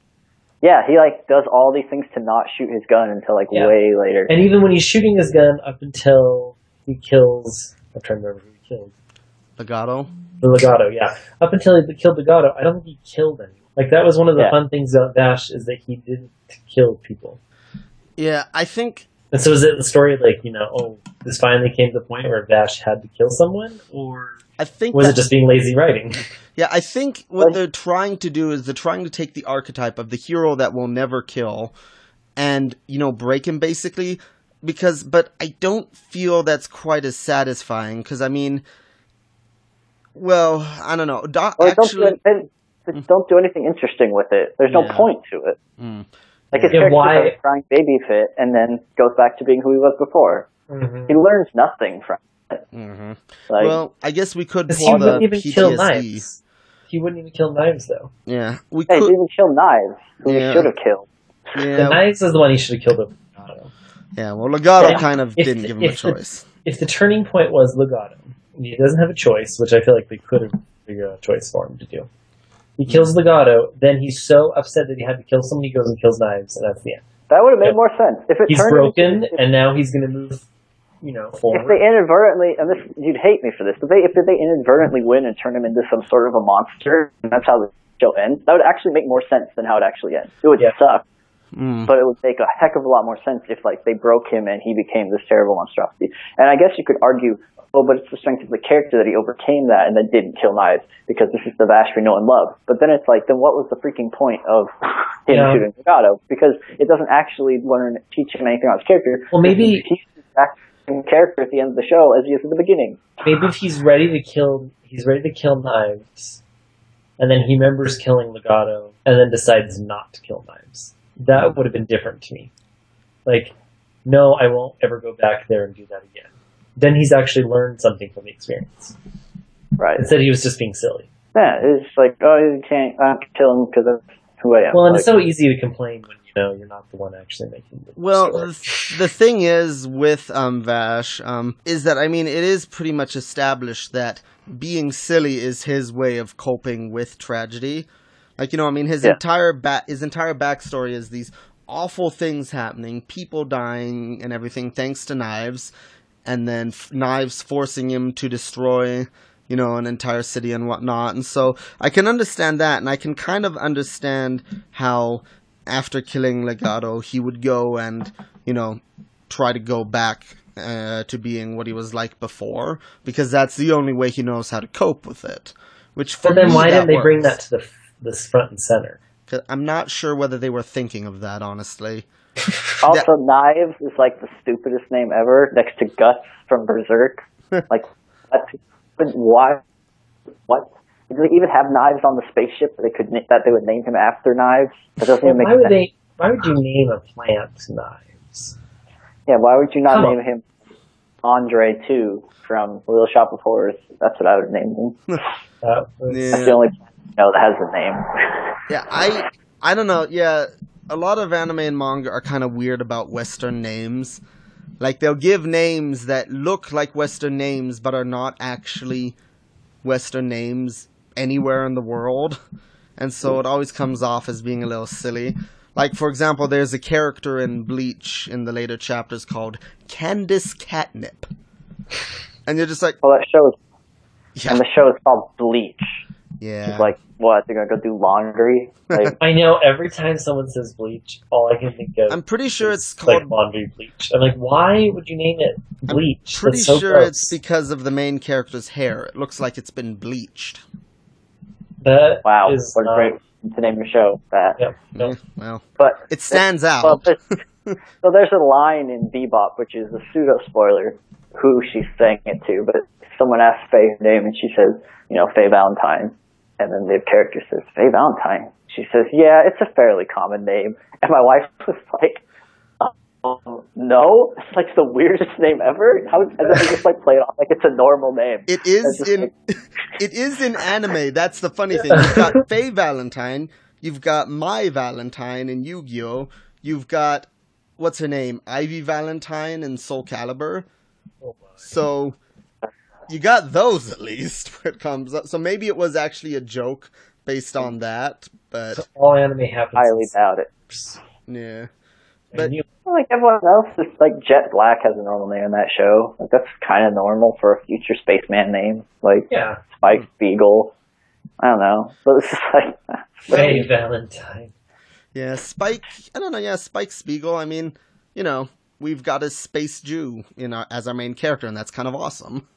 S2: yeah, he like does all these things to not shoot his gun until like
S3: Yeah.
S2: way later.
S3: And even when he's shooting his gun, up until he kills, I'm trying to remember who he killed.
S1: Legato.
S3: The Legato, yeah. Up until he killed Legato, I don't think he killed anyone. Like that was one of the
S2: Yeah.
S3: fun things about Vash is that he didn't kill people.
S1: Yeah, I think
S3: And so is it the story like you know, oh, this finally came to the point where Vash had to kill someone, or
S1: I think
S3: was
S1: that-
S3: it just being lazy writing?
S1: Yeah, I think what
S2: Well-
S1: they're trying to do is they're trying to take the archetype of the hero that will never kill and, you know, break him basically because but I don't feel that's quite as satisfying cuz I mean well, I don't know. Do-
S2: Or don't
S1: actually
S2: do anything,
S3: Mm-hmm.
S2: don't do anything interesting with it. There's no
S1: Yeah.
S2: point to it.
S1: Mm.
S2: Like his
S3: Yeah,
S2: character
S3: why-
S2: has a crying baby fit and then goes back to being who he was before.
S3: Mhm.
S2: He learns nothing from it.
S1: Mhm.
S2: Like
S1: well, I guess we could
S3: 'Cause he
S1: pull the
S3: wouldn't even kill
S1: PTSD.
S3: knives. He wouldn't even kill knives though.
S1: Yeah, we
S2: hey, he
S1: could.
S2: didn't kill knives, who
S1: Yeah.
S2: he should have killed.
S3: The
S1: Yeah,
S3: knives is the one he should have killed. Him. I don't know.
S1: yeah. Well, Legato
S3: Yeah.
S1: kind of
S3: If-
S1: didn't give him a
S3: if the-
S1: choice.
S3: If the turning point was Legato, and he doesn't have a choice, which I feel like they could have figured out a choice for him to do.
S1: Hmm.
S3: He kills Legato, then he's so upset that he had to kill someone, he goes and kills knives, and that's the end.
S2: That would have made
S3: Yeah.
S2: more sense. If it
S3: He's
S2: turned
S3: broken,
S2: into,
S3: and now he's going to move, you know,
S2: if they
S3: forward.
S2: inadvertently and this you'd hate me for this, but they if they inadvertently win and turn him into some sort of a monster and that's how the show ends, that would actually make more sense than how it actually ends. It would
S3: Yeah.
S2: suck,
S1: Mm.
S2: but it would make a heck of a lot more sense if like they broke him and he became this terrible monstrosity. And I guess you could argue, oh, but it's the strength of the character that he overcame that and then didn't kill knives because this is the Vash we know and love. But then it's like, then what was the freaking point of him
S3: Yeah.
S2: shooting Legato? Because it doesn't actually learn teach him anything about his character.
S3: Well, maybe-
S2: He's the exact same character at the end of the show as he is at the beginning.
S3: Maybe if he's ready to kill, he's ready to kill knives, and then he remembers killing Legato, and then decides not to kill knives. That would have been different to me. Like, no, I won't ever go back there and do that again. Then he's actually learned something from the experience.
S2: Right.
S3: Instead, he was just being silly.
S2: Yeah, it's like, oh, you can't uh, kill him because that's who I am.
S3: Well, and
S2: Like,
S3: it's so easy to complain when you know you're not the one actually making the
S1: Well,
S3: story.
S1: the, th- the thing is with um, Vash um, is that I mean it is pretty much established that being silly is his way of coping with tragedy. Like you know, I mean his
S2: Yeah.
S1: entire back his entire backstory is these awful things happening, people dying and everything, thanks to knives, and then f- knives forcing him to destroy you know, an entire city and whatnot. And so I can understand that, and I can kind of understand how, after killing Legato, he would go and, you know, try to go back uh, to being what he was like before, because that's the only way he knows how to cope with it. Which for
S3: but then
S1: me,
S3: why didn't they bring that
S1: works.
S3: to the f- this front and center?
S1: 'Cause I'm not sure whether they were thinking of that, honestly.
S2: also, Knives is like the stupidest name ever, next to Guts from Berserk. like, what? But Why? What? Did they even have knives on the spaceship that they could na- that they would name him after knives? That doesn't even make
S3: why would
S2: sense.
S3: they? Why would you name a plant knives?
S2: Yeah, why would you not
S3: Come on.
S2: name him Andre Two from Little Shop of Horrors. That's what I would name him.
S3: Uh,
S2: That's the
S1: Yeah,
S2: only person I know that has the name.
S1: yeah. I I don't know. Yeah, a lot of anime and manga are kind of weird about Western names. Like they'll give names that look like Western names but are not actually Western names anywhere in the world, and so it always comes off as being a little silly. Like for example, there's a character in Bleach in the later chapters called Candace Catnip, and you're just like,
S2: Well, that show is,
S1: yeah,
S2: and the show is called Bleach.
S1: yeah.
S2: It's like, what? They're gonna go do laundry? Like,
S3: I know every time someone says bleach, all I can think of
S1: I'm pretty sure it's
S3: is,
S1: called
S3: like laundry bleach. I'm like, why would you name it bleach?
S1: Pretty
S3: That's so
S1: sure
S3: gross.
S1: it's because of the main character's hair. It looks like it's been bleached.
S3: That
S2: wow,
S3: is
S2: what
S3: uh,
S2: a
S3: not-
S2: great to name your show that.
S3: Yep. No.
S1: Yeah, well,
S2: But
S1: it stands out.
S2: Well, there's, so there's a line in Bebop, which is a pseudo spoiler, who she's saying it to. But someone asks Faye her name, and she says, you know, Faye Valentine. And then the character says, Faye Valentine. She says, yeah, it's a fairly common name. And my wife was like, um, no, it's like the weirdest name ever. How, and then they just like play it off like it's a normal name.
S1: it is
S2: That's just
S1: in it is in anime. That's the funny thing. You've got Faye Valentine, you've got My Valentine in Yu-Gi-Oh, you've got what's her name? Ivy Valentine in Soul Calibur. Mm-hmm.
S3: Oh, my.
S1: So you got those at least when it comes up. So maybe it was actually a joke based on that, but
S3: all anime happens.
S2: highly doubt it.
S1: yeah.
S3: And you-
S2: Well, Like everyone else, it's like Jet Black has a normal name in that show. Like that's kind of normal for a future spaceman name, like
S3: yeah.
S2: Spike Beagle. I don't know, but it's just like
S3: Faye Valentine.
S1: Yeah, Spike. I don't know. Yeah, Spike Spiegel. I mean, you know, we've got a space Jew in our, as our main character, and that's kind of awesome.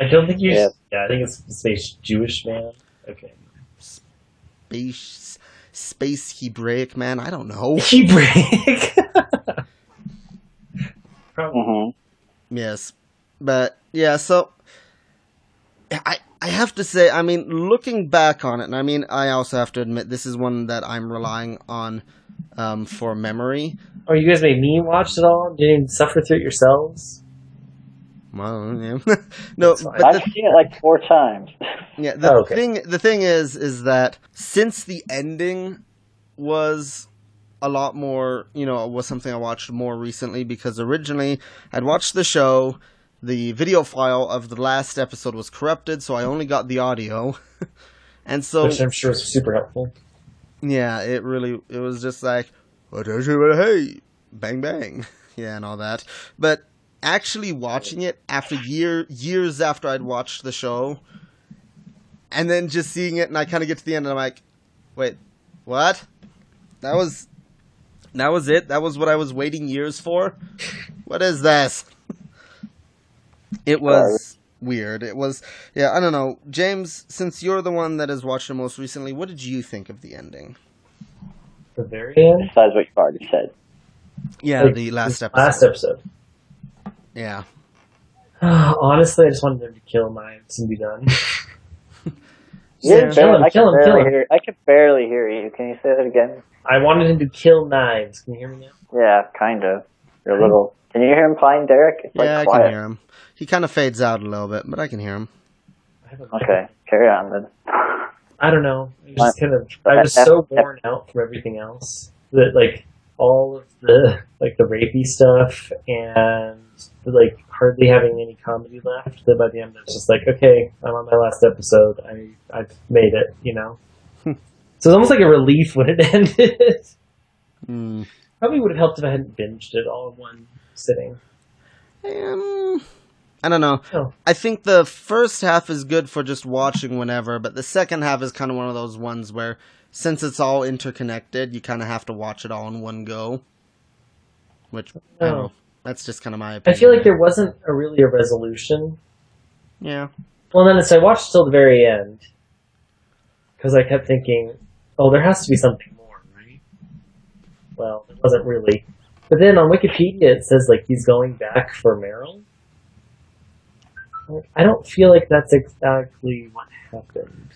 S3: I don't think you.
S2: Yeah.
S3: Yeah. I think it's space Jewish man. Okay.
S1: Space, space Hebraic man. I don't know.
S3: Hebraic. Probably.
S2: hmm
S1: Yes, but yeah. So I I have to say, I mean, looking back on it, and I mean, I also have to admit this is one that I'm relying on um, for memory.
S3: Oh, you guys made me watch it all? You didn't suffer through it yourselves?
S1: Well, yeah. no,
S3: It's
S1: but
S3: fine.
S1: the
S2: I've seen it like four times.
S1: Yeah, the
S3: Oh, okay.
S1: thing the thing is is that since the ending was a lot more, you know, was something I watched more recently because originally I'd watched the show, the video file of the last episode was corrupted, so I only got the audio. and so
S3: Which I'm sure is super helpful.
S1: yeah, it really it was just like "Oh, attention, but hey, bang bang, yeah, and all that. But actually watching it after year years after I'd watched the show, and then just seeing it, and I kind of get to the end, and I'm like, wait, what? That was that was it. That was what I was waiting years for. What is this? It was weird. It was yeah. I don't know, James. Since you're the one that has watched it most recently, what did you think of the ending?
S3: The very end?
S2: Besides what you've already said,
S1: Yeah,
S3: Like,
S1: the last
S3: this
S1: episode.
S3: Last episode.
S1: Yeah.
S3: Honestly, I just wanted them to kill Mimes and be done.
S1: Yeah,
S2: You can
S3: kill
S2: barely-
S3: him,
S2: I
S3: kill
S2: can
S3: him, kill
S2: barely
S3: him.
S2: hear. I can barely hear you. Can you say that again?
S3: I wanted him to kill Mimes. Can you hear me now?
S2: Yeah, kind of. You're a little. Can you hear him playing Derek? It's like
S1: yeah, I
S2: quiet.
S1: can hear him. He kind of fades out a little bit, but I can hear him.
S3: I have a-
S2: Okay, carry on then.
S3: I don't know. I just kind of I was so worn out from everything else that like all of the like the rapey stuff and like hardly having any comedy left. That by the end I was just like, okay, I'm on my last episode. I I've made it. You know. so it's almost like a relief when it ended.
S1: Hmm.
S3: Probably would have helped if I hadn't binged it all in one sitting.
S1: Um, I don't know.
S3: Oh.
S1: I think the first half is good for just watching whenever, but the second half is kind of one of those ones where, since it's all interconnected, you kind of have to watch it all in one go. Which, I don't
S3: No.
S1: know. That's just kind of my
S3: Oh. I
S1: opinion.
S3: feel like there wasn't a really a resolution
S1: Yeah.
S3: Well, then it's I watched till the very end because I kept thinking, oh, there has to be something more, right? Well, it wasn't really. But then on Wikipedia it says like he's going back for Meryl. Like, I don't feel like that's exactly what happened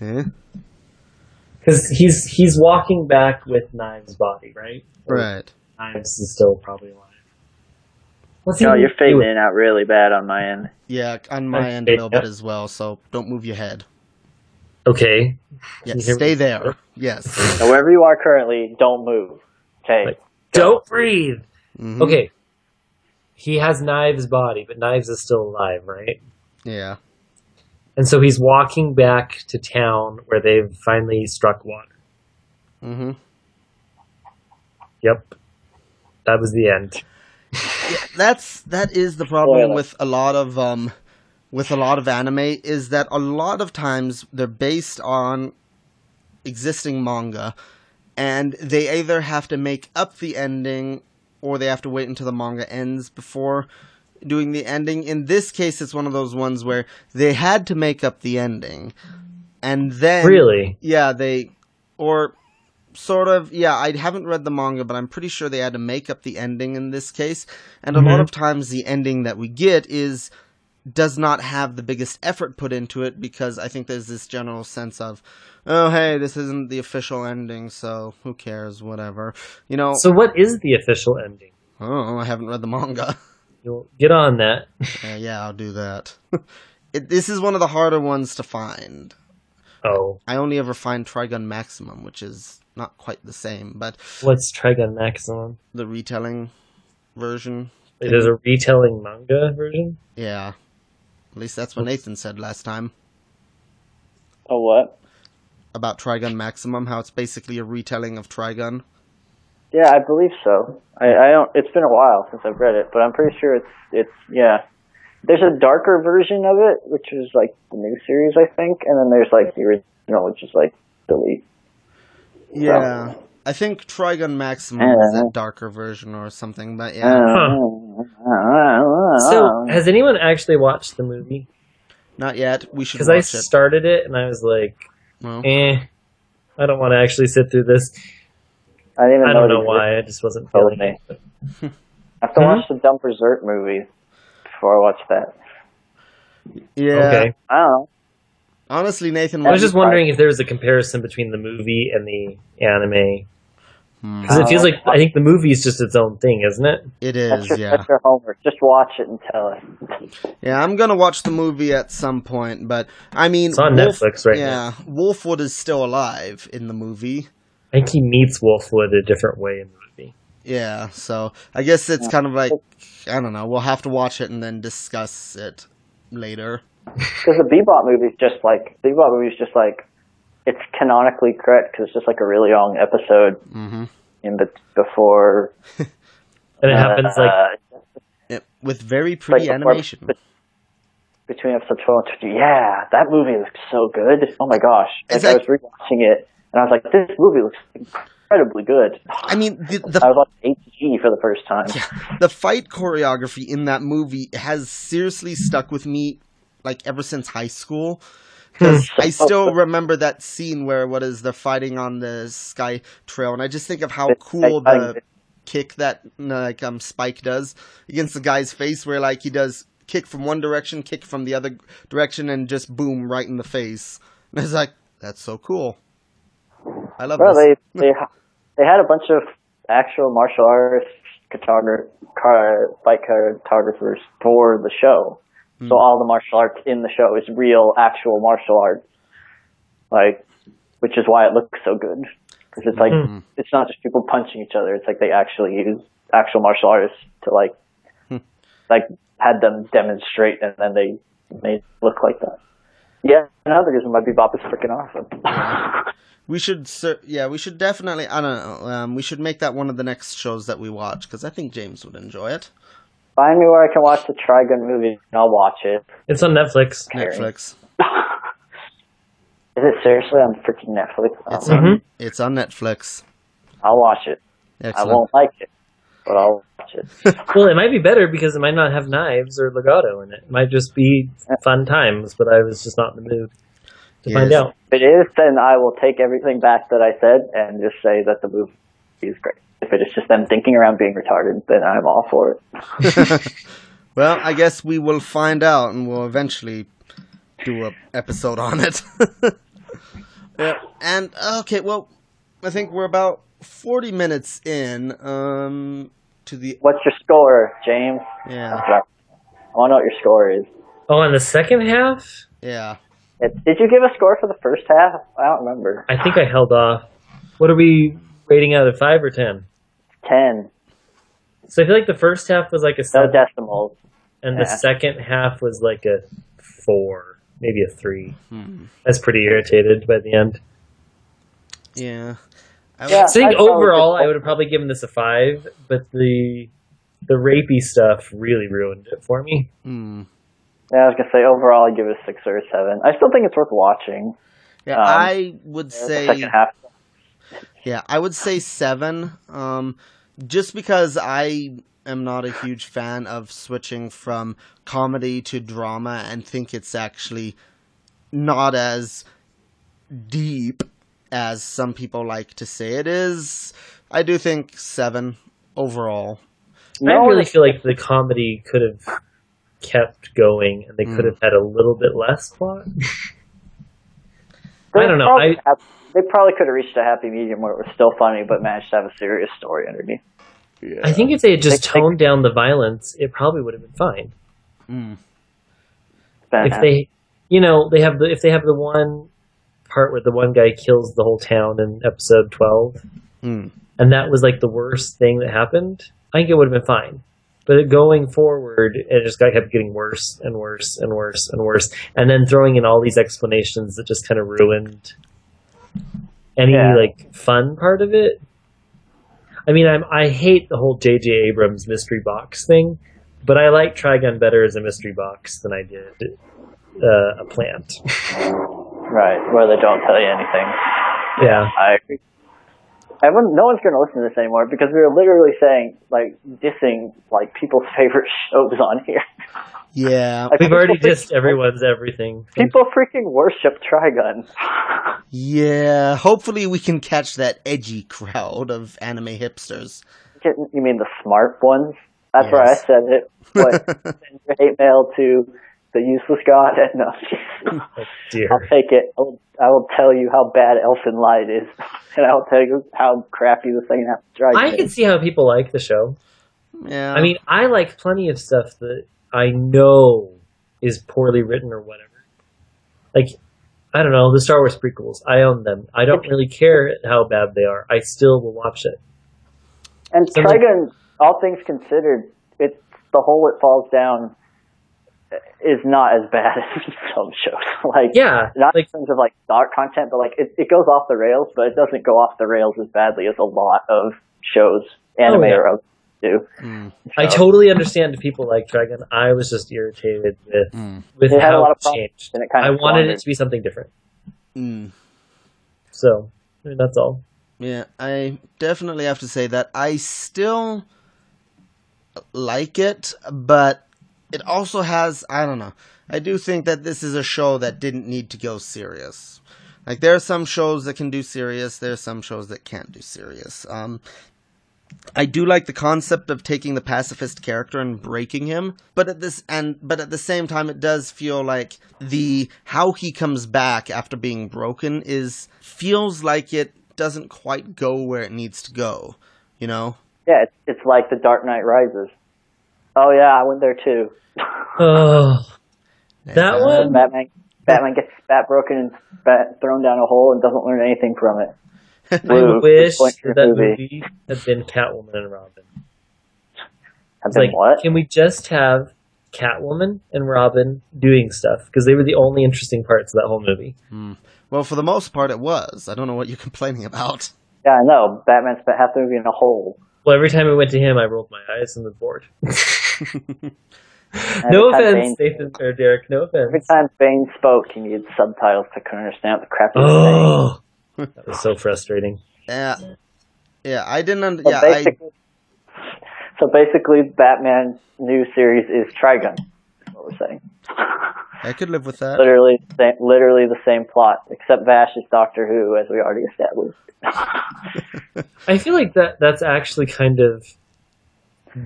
S1: Eh?
S3: because he's he's walking back with Knives' body, right? Or
S1: Right.
S3: Knives is still probably alive. What's
S2: No,
S3: he
S2: you're
S3: doing?
S2: fading in out really bad on my end.
S1: Yeah, on my
S3: Okay,
S1: end a little
S3: yeah.
S1: bit as well. So don't move your head.
S3: Okay.
S1: Yes,
S3: you hear me?
S1: stay there. Yes.
S2: Now, wherever you are currently, don't move. Okay.
S3: Like- Don't breathe.
S1: Mhm.
S3: Hmm. Okay. He has Knives' body, but Knives is still alive, right?
S1: Yeah.
S3: And so he's walking back to town where they've finally struck water.
S1: hmm
S3: Yep. That was the end.
S1: That's that is the problem
S2: Spoiler.
S1: with a lot of um, with a lot of anime is that a lot of times they're based on existing manga, and they either have to make up the ending or they have to wait until the manga ends before doing the ending. In this case, it's one of those ones where they had to make up the ending, and then
S3: Really?
S1: Yeah, they or sort of yeah, I haven't read the manga, but I'm pretty sure they had to make up the ending in this case. And a lot
S3: Mhm.
S1: of times the ending that we get is does not have the biggest effort put into it because I think there's this general sense of oh hey, this isn't the official ending, so who cares, whatever. You know,
S3: So what is the official ending?
S1: oh, I haven't read the manga.
S3: You'll get on that.
S1: Yeah, yeah, I'll do that. it, this is one of the harder ones to find.
S3: Oh,
S1: I only ever find Trigun Maximum, which is not quite the same, but
S3: what's Trigun Maximum?
S1: the retelling version.
S3: Wait, There's a retelling manga version?
S1: Yeah. At least that's what Nathan said last time
S2: Oh, what?
S1: about Trigun Maximum, how it's basically a retelling of Trigun.
S2: Yeah, I believe so. I, I don't. It's been a while since I've read it, but I'm pretty sure it's it's yeah. There's a darker version of it, which is like the new series, I think, and then there's like the original, which is like delete.
S1: Yeah. I think Trigun Maximum is a
S2: Uh-huh.
S1: darker version or something, but
S2: I
S1: yeah.
S3: So has anyone actually watched the movie?
S1: Not yet. We should
S3: Because I
S1: watch it.
S3: started it and I was like,
S1: Well,
S3: eh, I don't want to actually sit through this.
S2: didn't even
S3: I don't know
S2: it
S3: why. I just wasn't feeling it.
S2: I have to
S3: Hmm?
S2: watch the Dumb Berserk movie before I watch that.
S1: yeah.
S3: Okay.
S2: I don't know.
S1: Honestly, Nathan,
S3: I
S1: what
S3: was just wondering if there was a comparison between the movie and the anime.
S1: Hmm.
S3: Because it feels like, I think the movie is just its own thing, isn't it?
S1: it
S2: That's
S1: is,
S2: your,
S1: yeah.
S2: that's your homework. Just watch it and tell us.
S1: Yeah, I'm gonna watch the movie at some point, but I mean,
S3: It's on
S1: Wolf-
S3: Netflix right now.
S1: yeah, Wolfwood is still alive in the movie.
S3: I think he meets Wolfwood a different way in the movie.
S1: Yeah, so I guess it's kind of like I don't know. We'll have to watch it and then discuss it later.
S2: Because the Bebop movie's just like Bebop movie's just like it's canonically correct because it's just like a really long episode
S1: hmm
S2: in bet before.
S3: And it
S2: uh,
S3: happens like
S1: Eh, with very pretty
S2: before-
S1: animation.
S2: bet- between episode twelve and thirteen. Yeah, that movie looks so good. Oh my gosh! Like
S1: It's
S2: I was
S1: like-
S2: rewatching it and I was like, this movie looks incredibly good.
S1: I mean, the,
S2: I
S1: the
S2: was watching ATG for the first time.
S1: the fight choreography in that movie has seriously stuck with me, like ever since high school. 'Cause
S2: Oh.
S1: I still remember that scene where what is they're fighting on the sky trail, and I just think of how
S2: It's
S1: cool
S2: like-
S1: the kick that like um Spike does against the guy's face, where like he does kick from one direction, kick from the other direction, and just boom right in the face. And it's like that's so cool. I love
S2: Well,
S1: this.
S2: they they ha- they had a bunch of actual martial artists, cartogra- car- fight cartographers for the show. So all the martial arts in the show is real, actual martial arts. Like, which is why it looks so good because it's like
S3: Mhm.
S2: it's not just people punching each other. It's like they actually use actual martial artists to like like had them demonstrate and then they made it look like that. Yeah, another reason why Bebop is freaking awesome.
S1: We should, cer- yeah, we should definitely. I don't know. Um, we should make that one of the next shows that we watch because I think James would enjoy it.
S2: Find me where I can watch the Trigun movie, and I'll watch it.
S3: it's on Netflix.
S2: Harry.
S1: Netflix.
S2: Is it seriously on freaking Netflix?
S1: It's
S2: Oh,
S1: on. It's on Netflix.
S2: I'll watch it.
S1: Excellent.
S2: I won't like it, but I'll watch it.
S3: Well, it might be better because it might not have knives or legato in it. It might just be fun times, but I was just not in the mood to find
S1: Yes.
S3: out.
S2: if it is, then I will take everything back that I said and just say that the movie is great. If it is just them thinking around being retarded, then I'm all for it.
S1: Well, I guess we will find out, and we'll eventually do a episode on it. yeah, and okay, well, I think we're about forty minutes in. Um, to the
S2: What's your score, James?
S1: yeah
S2: I want to know what your score is.
S3: Oh, in the second half,
S1: yeah.
S2: It, did you give a score for the first half? I don't remember.
S3: I think I held off. What are we rating out of five or ten?
S2: Ten.
S3: So I feel like the first half was like a
S2: No
S3: seven,
S2: decimals.
S3: and the
S2: yeah.
S3: second half was like a four, maybe a three. I was pretty irritated by the end.
S1: Yeah. I would-
S2: Yeah.
S3: I think
S2: I probably
S3: overall,
S2: would-
S3: I would have probably given this a five, but the the rapey stuff really ruined it for me.
S1: hmm.
S2: Yeah, I was gonna say overall I'd give it a six or a seven. I still think it's worth watching.
S1: Yeah,
S2: Um,
S1: I would say
S2: the second half.
S1: Yeah, I would say seven. Um, just because I am not a huge fan of switching from comedy to drama and think it's actually not as deep as some people like to say it is. I do think seven overall.
S3: I
S2: No,
S3: really feel like the comedy could have kept going, and they could have had a little bit less plot.
S2: they
S3: I don't know,
S2: probably
S3: I-
S2: have- they probably could have reached a happy medium where it was still funny but managed to have a serious story underneath.
S3: I think if they had just
S2: They- they-
S3: toned down the violence, it probably would have been fine.
S2: Then-
S3: If they, you know, they have the if they have the one part where the one guy kills the whole town in episode twelve,
S1: Mm.
S3: and that was like the worst thing that happened, I think it would have been fine. But going forward, it just got kept getting worse and worse and worse and worse, and then throwing in all these explanations that just kind of ruined any
S2: Yeah.
S3: like fun part of it. I mean, I'm I hate the whole J.J. Abrams mystery box thing, but I like Trigun better as a mystery box than I did uh, a plant.
S2: right, where they don't tell you anything.
S3: yeah,
S2: I agree. Everyone, no one's going to listen to this anymore because we were literally saying, like, dissing, like, people's favorite shows on here.
S1: Yeah.
S2: Like,
S3: we've already
S2: people
S3: dissed everyone's everything.
S2: freak- People freaking worship Trigun.
S1: Yeah. Hopefully we can catch that edgy crowd of anime hipsters.
S2: Didn't- you mean the smart ones? That's where I
S1: Yes.
S2: said it. But send your hate mail to the useless god. And, no,
S3: Oh, dear.
S2: I'll take it. I will, I will tell you how bad Elfin Light is. And I'll tell you how crappy the thing after Trigun
S3: I can
S2: is.
S3: see how people like the show.
S1: yeah.
S3: I mean, I like plenty of stuff that I know is poorly written or whatever. Like, I don't know, the Star Wars prequels. I own them. I don't really care how bad they are. I still will watch it.
S2: And
S3: So, like-
S2: Trigun, all things considered, it's the hole it falls down is not as bad as some shows. like
S3: Yeah,
S2: not
S3: like-
S2: in terms of like dark content, but like it, it goes off the rails, but it doesn't go off the rails as badly as a lot of shows, anime
S3: Oh, yeah.
S2: or other do.
S1: Mm-hmm.
S3: I totally understand if people like Dragon. I was just irritated with
S1: Mm.
S3: with
S2: It had a
S3: how
S2: lot of
S3: it
S2: problems,
S3: changed.
S2: and it kind
S3: I
S2: of
S3: wanted
S2: floundered.
S3: it to be something different.
S1: Mm.
S3: So I mean, that's all.
S1: Yeah, I definitely have to say that I still like it, but it also has I don't know. I do think that this is a show that didn't need to go serious. Like there are some shows that can do serious, there are some shows that can't do serious. Um I do like the concept of taking the pacifist character and breaking him, but at this and but at the same time it does feel like the how he comes back after being broken is feels like it doesn't quite go where it needs to go, you know?
S2: Yeah, it's, it's like The Dark Knight Rises. Oh yeah, I went there too.
S3: Oh, that
S1: Yeah.
S3: one.
S2: Batman, Batman gets bat broken and bat thrown down a hole and doesn't learn anything from it.
S3: I
S2: Woo,
S3: wish
S2: disappointing
S3: that, that
S2: movie.
S3: movie had been Catwoman and Robin.
S2: I've
S3: It's
S2: been
S3: like,
S2: what?
S3: can we just have Catwoman and Robin doing stuff? Because they were the only interesting parts of that whole movie.
S1: Well, for the most part, it was. I don't know what you're complaining about.
S2: Yeah, I know. Batman spent half the movie in a hole.
S3: Well, every time I went to him, I rolled my eyes and was bored.
S2: And
S3: no
S2: every time
S3: offense,
S2: Bane,
S3: Nathan or Derek. No
S2: every
S3: offense.
S2: time Bane spoke, he needed subtitles. 'cause I couldn't understand what the crap he was saying.
S3: Oh, that was so frustrating.
S1: Yeah. Yeah, I didn't under-
S2: So
S1: yeah, I
S2: basically, so basically, Batman's new series is Trigun. is What we're saying,
S1: I could live with that.
S2: literally, the same- literally the same plot, except Vash is Doctor Who, as we already established.
S3: I feel like that that's actually kind of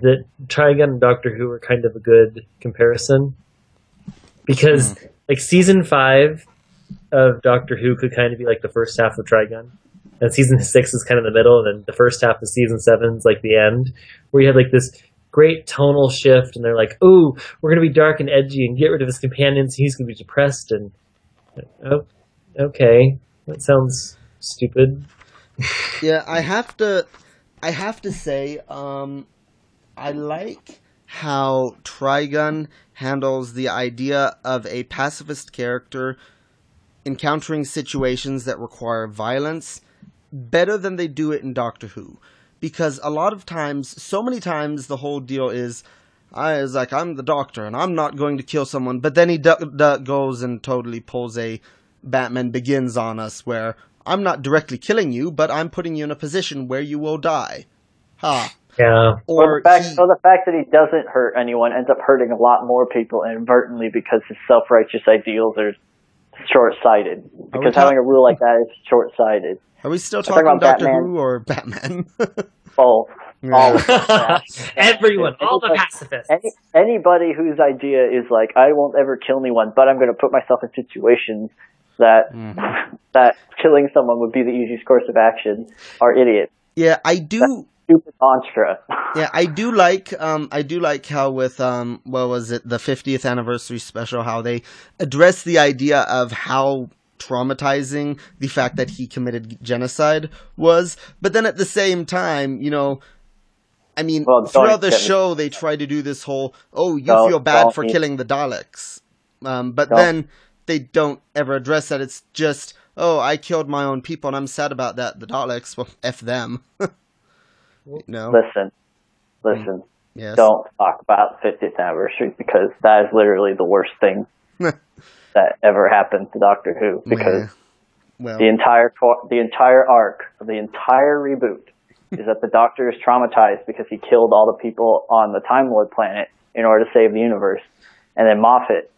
S3: that Trigun and Doctor Who are kind of a good comparison because like season five of Doctor Who could kind of be like the first half of Trigun, and season six is kind of the middle, and then the first half of season seven is like the end, where you have like this great tonal shift, and they're like, "Ooh, we're gonna be dark and edgy, and get rid of his companions. He's gonna be depressed." And oh, okay, that sounds stupid.
S1: yeah, I have to, I have to say, um, I like how Trigun handles the idea of a pacifist character encountering situations that require violence better than they do it in Doctor Who. Because a lot of times, so many times, the whole deal is, I is like, I'm the doctor and I'm not going to kill someone, but then he d- d- goes and totally pulls a Batman Begins on us where I'm not directly killing you, but I'm putting you in a position where you will die. Ha.
S3: Yeah.
S2: Or, the fact, he, or the fact that he doesn't hurt anyone ends up hurting a lot more people inadvertently because his self righteous ideals are short sighted. Because having talk- a rule like that is short sighted.
S1: Are we still talking, talking about Doctor Batman. Who or Batman?
S2: Both.
S3: Yeah. All Everyone, all the pacifists.
S2: Any, anybody whose idea is like, I won't ever kill anyone, but I'm going to put myself in situations that mm. that killing someone would be the easiest course of action are idiots.
S1: Yeah, I do. That's
S2: stupid mantra.
S1: yeah, I do like um, I do like how with um, what was it the 50th anniversary special how they address the idea of how traumatizing the fact that he committed genocide was, but then at the same time, you know. I mean, well, throughout the show, they try to do this whole, oh, you feel bad for eat. killing the Daleks. Um, but don't. then they don't ever address that. It's just, oh, I killed my own people and I'm sad about that. The Daleks, well, F them. no.
S2: Listen, listen. Yes. Don't talk about 50th anniversary because that is literally the worst thing that ever happened to Doctor Who because yeah. well. the entire the entire arc of the entire reboot is that the Doctor is traumatized because he killed all the people on the Time Lord planet in order to save the universe, and then Moffat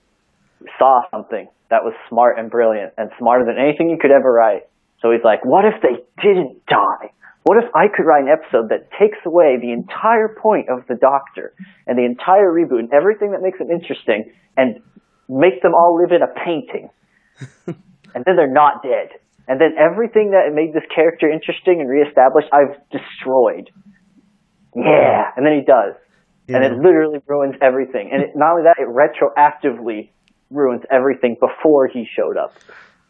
S2: saw something that was smart and brilliant and smarter than anything you could ever write. So he's like, what if they didn't die? What if I could write an episode that takes away the entire point of the Doctor and the entire reboot and everything that makes it interesting and make them all live in a painting? and then they're not dead. And then everything that made this character interesting and reestablished, I've destroyed. Yeah. And then he does. Yeah. And it literally ruins everything. And it, not only that, it retroactively ruins everything before he showed up.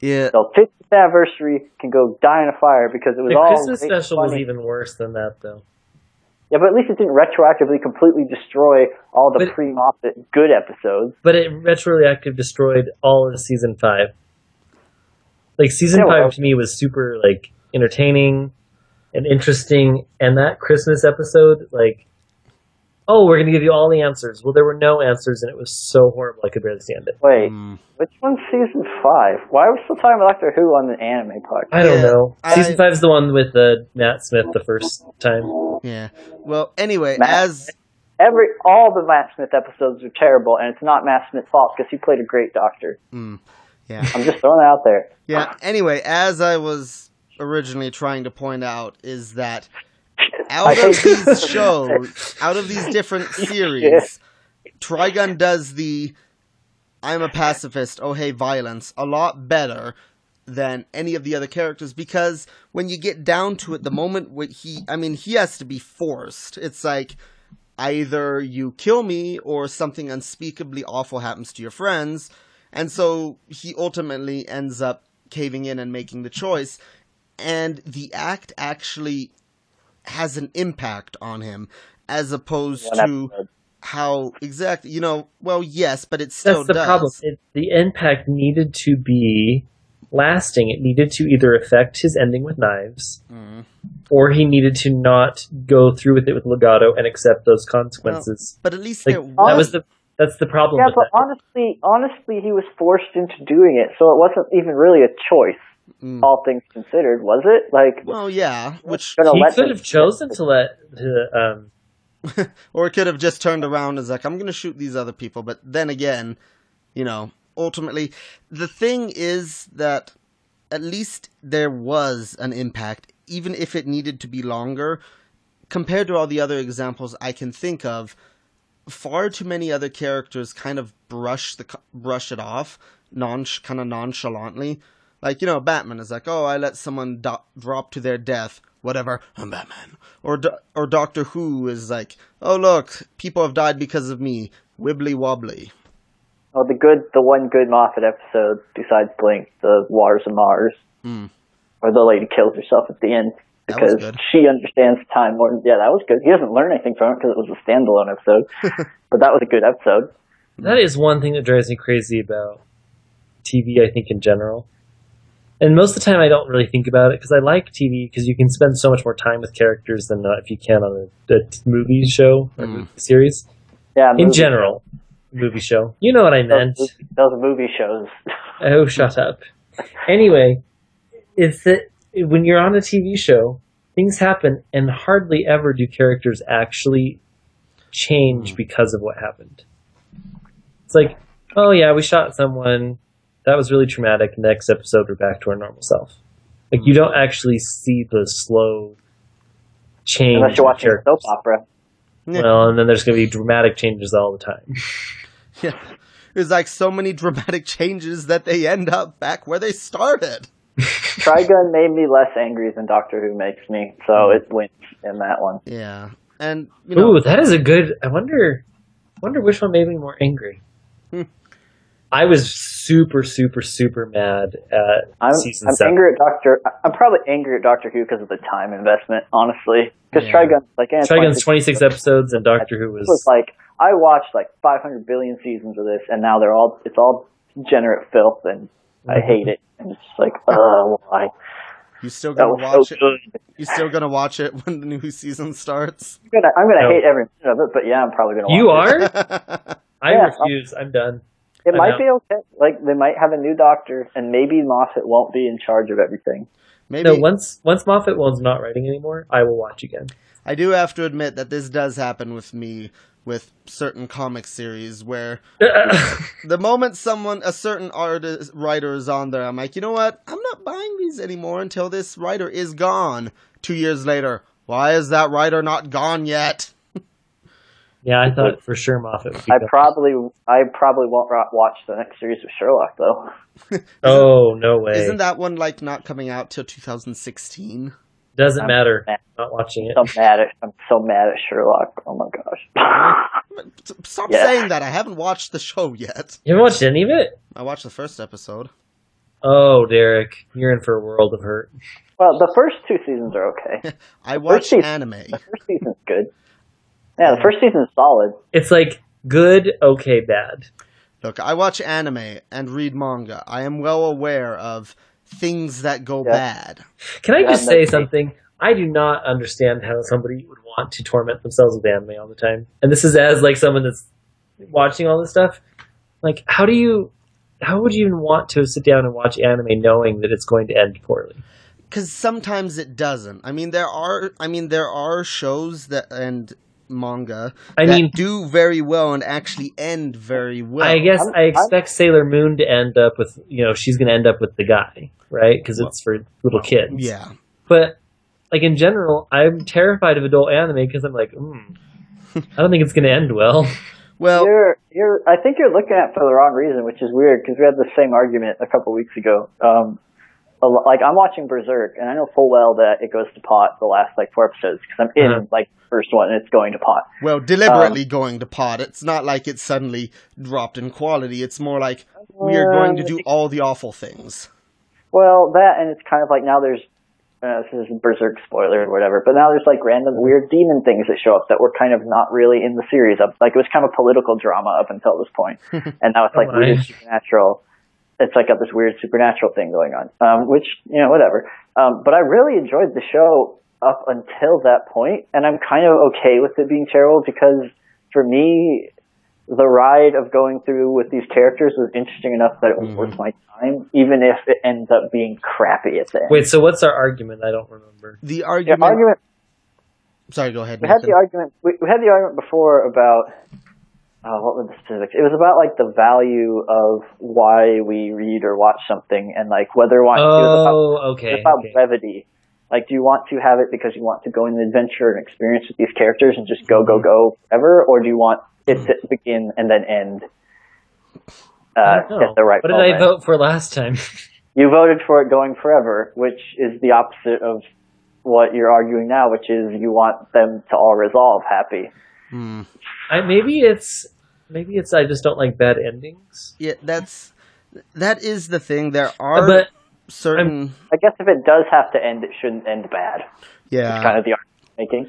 S1: Yeah.
S2: So 50th anniversary can go die in a fire because it was
S3: the
S2: all.
S3: Christmas special funny. was even worse than that, though.
S2: Yeah, but at least it didn't retroactively completely destroy all the pre Moffat good episodes.
S3: But it retroactively destroyed all of season five. Like season yeah, well, five to me was super like entertaining and interesting, and that Christmas episode like oh, we're going to give you all the answers. Well, there were no answers, and it was so horrible I could barely stand it.
S2: Wait, mm. which one's season five? Why are we still talking about Doctor Who on the anime part?
S3: I don't yeah, know. I... Season five is the one with uh, Matt Smith the first time.
S1: Yeah. Well, anyway, Matt, as
S2: every all the Matt Smith episodes are terrible, and it's not Matt Smith's fault because he played a great Doctor.
S1: Mm. Yeah.
S2: I'm just throwing it out there.
S1: Yeah. Anyway, as I was originally trying to point out, is that out of these shows, out of these different series, Trigun does the I'm a pacifist, oh hey, violence a lot better than any of the other characters because when you get down to it, the moment when he, I mean, he has to be forced. It's like either you kill me or something unspeakably awful happens to your friends. And so he ultimately ends up caving in and making the choice. And the act actually has an impact on him as opposed yeah, to how exactly you know well yes but it still
S3: that's the
S1: does.
S3: problem it, the impact needed to be lasting it needed to either affect his ending with knives
S1: Mm-hmm.
S3: mm. or he needed to not go through with it with legato and accept those consequences
S1: well, but at least like,
S3: was... that was the that's the problem
S2: yeah but
S3: that.
S2: honestly honestly he was forced into doing it so it wasn't even really a choice Mm. all things considered, was it? Like,
S1: well, yeah, which
S3: he could have chosen to let, to,
S1: um... or could have just turned around and like, I'm going to shoot these other people. But then again, you know, ultimately, the thing is that at least there was an impact, even if it needed to be longer. Compared to all the other examples I can think of, far too many other characters kind of brush the brush it off, non kind of nonchalantly Like, you know, Batman is like, oh, I let someone do- drop to their death. Whatever, I'm Batman. Or, do- or Doctor Who is like, oh, look, people have died because of me. Wibbly wobbly.
S2: Well, Oh, the good, the one good Moffat episode besides Blink, the Waters of Mars,
S1: Mm.
S2: where the lady kills herself at the end
S1: That was
S2: because
S1: good.
S2: she understands time more. than- Yeah, that was good. He doesn't learn anything from it because it was a standalone episode, but that was a good episode.
S3: That is one thing that drives me crazy about TV, I think, in general. And most of the time, I don't really think about it because I like TV because you can spend so much more time with characters than uh, if you can on a, a t- movie show or
S1: Mm.
S3: movie series.
S2: Yeah,
S3: In
S2: movie-
S3: general, movie show. You know what I meant.
S2: those, those movie shows.
S3: Oh, shut up. Anyway, it's that when you're on a TV show, things happen, and hardly ever do characters actually change because of what happened. It's like, oh yeah, we shot someone. That was really traumatic. Next episode, we're back to our normal self. Like you don't actually see the slow change.
S2: Unless you're
S3: in
S2: watching a
S3: characters.
S2: soap opera.
S3: Well, and then there's going to be dramatic changes all the time.
S1: Yeah. There's like so many dramatic changes that they end up back where they started.
S2: Trigun made me less angry than Doctor Who makes me, so
S1: Hmm.
S2: it wins in that one.
S1: Yeah. And, you know,
S3: Ooh, that is a good. I wonder, wonder which one made me more angry.
S1: Hmm.
S3: I was super, super, super mad at
S2: I'm,
S3: season
S2: I'm
S3: seven.
S2: angry at Doctor. I- I'm probably angry at Doctor Who because of the time investment, honestly. Because
S1: Yeah.
S2: Trigun's like, eh,
S3: Trigun's
S2: 26
S3: 26 episodes, and Doctor Who
S2: This was
S3: was.
S2: like I watched like 500 billion seasons of this, and now they're all it's all degenerate filth, and I hate it. And it's just like, oh, why?
S1: you still
S2: That
S1: gonna
S2: was
S1: watch
S2: so
S1: it.
S2: good.
S1: You still gonna watch it when the new season starts.
S2: I'm gonna, I'm gonna
S3: No.
S2: hate every minute of it, but yeah, I'm probably gonna.
S3: You
S2: watch
S3: are? I
S2: Yeah.
S3: refuse. I'm done.
S2: It, it
S3: I
S2: might
S3: know.
S2: be okay. Like they might have a new doctor, and maybe Moffat won't be in charge of everything.
S1: Maybe
S3: No, once once Moffat Well's not writing anymore, I will watch again.
S1: I do have to admit that this does happen with me with certain comic series where the moment someone a certain artist writer is on there, I'm like, you know what? I'm not buying these anymore until this writer is gone. Two years later, why is that writer not gone yet?
S3: yeah, I thought for sure Moffat would be
S2: I
S3: done.
S2: probably, I probably won't ro- watch the next series of Sherlock though.
S3: Oh no way!
S1: Isn't that one like not coming out till 2016?
S3: Doesn't
S2: I'm
S3: matter.
S2: mad.
S3: Not watching it.
S2: I'm mad at, I'm so mad at Sherlock. Oh my gosh.
S1: Stop
S2: Yeah.
S1: saying that. I haven't watched the show yet.
S3: You haven't watched any of it?
S1: I watched the first episode.
S3: Oh, Derek, you're in for a world of hurt.
S2: well, the first two seasons are okay.
S1: I watched
S2: season.
S1: anime.
S2: The first season's good. Yeah, the first season's solid.
S3: It's like good, okay, bad.
S1: Look, I watch anime and read manga. I am well aware of things that go
S2: Yeah.
S1: bad.
S3: Can I
S2: Yeah,
S3: just
S2: no,
S3: say
S2: thank-
S3: something? I do not understand how somebody would want to torment themselves with anime all the time. And this is as like someone that's watching all this stuff. Like, how do you? How would you even want to sit down and watch anime knowing that it's going to end poorly?
S1: Cuz sometimes it doesn't. I mean there are I mean there are shows that and manga
S3: I
S1: that
S3: mean-
S1: do very well and actually end very well.
S3: I guess
S2: I'm-
S3: i expect Sailor Moon to end up with you know she's going to end up with the guy, right? Because it's for little kids.
S1: yeah.
S3: But like in general, I'm terrified of adult anime because I'm like, mm, I don't think it's going to end well.
S1: Well,
S2: You're, you're. I think you're looking at it for the wrong reason, which is weird because we had the same argument a couple weeks ago. Um, a lo- like I'm watching Berserk, and I know full well that it goes to pot the last like four episodes because I'm in
S3: Uh-huh.
S2: like the first one and it's going to pot.
S1: well deliberately
S2: Um,
S1: going to pot. It's not like it suddenly dropped in quality. It's more like we are going to
S2: Uh,
S1: do all the awful things.
S2: Well, that and it's kind of like now there's uh, this is a Berserk spoiler or whatever, but now there's like random weird demon things that show up that were kind of not really in the series. Up like it was kind of political drama up until this point, and now it's like
S3: Oh, my.
S2: weird supernatural. It's like got this weird supernatural thing going on, um, which you know whatever. Um, but I really enjoyed the show up until that point, and I'm kind of okay with it being terrible because for me, the ride of going through with these characters was interesting enough that it was worth my time, even if it ends up being crappy at the end.
S3: Wait, so what's our argument? I don't remember.
S1: The
S2: the
S1: argument,
S2: argument
S1: Sorry, go ahead.
S2: we had
S1: Nathan.
S2: the argument we, we had the argument before about uh, what were the specifics? It was about like the value of why we read or watch something, and like whether we want it was about
S3: Oh,
S2: It's
S3: okay.
S2: about
S3: okay.
S2: brevity. Like, do you want to have it because you want to go on an adventure and experience with these characters and just go, go, go forever, or do you want it to begin and then end
S3: I
S2: uh,
S3: don't know.
S2: at uh, the right
S3: what did
S2: moment?
S3: I vote for last time?
S2: You voted for it going forever, which is the opposite of what you're arguing now, which is you want them to all resolve happy.
S1: Hmm.
S3: I, maybe it's maybe it's I just don't like bad endings.
S1: Yeah, that's that is the thing. There are
S3: But
S1: certain
S2: I guess if it does have to end, it shouldn't end bad.
S1: yeah,
S3: Uh,
S2: It's kind of the argument I'm making.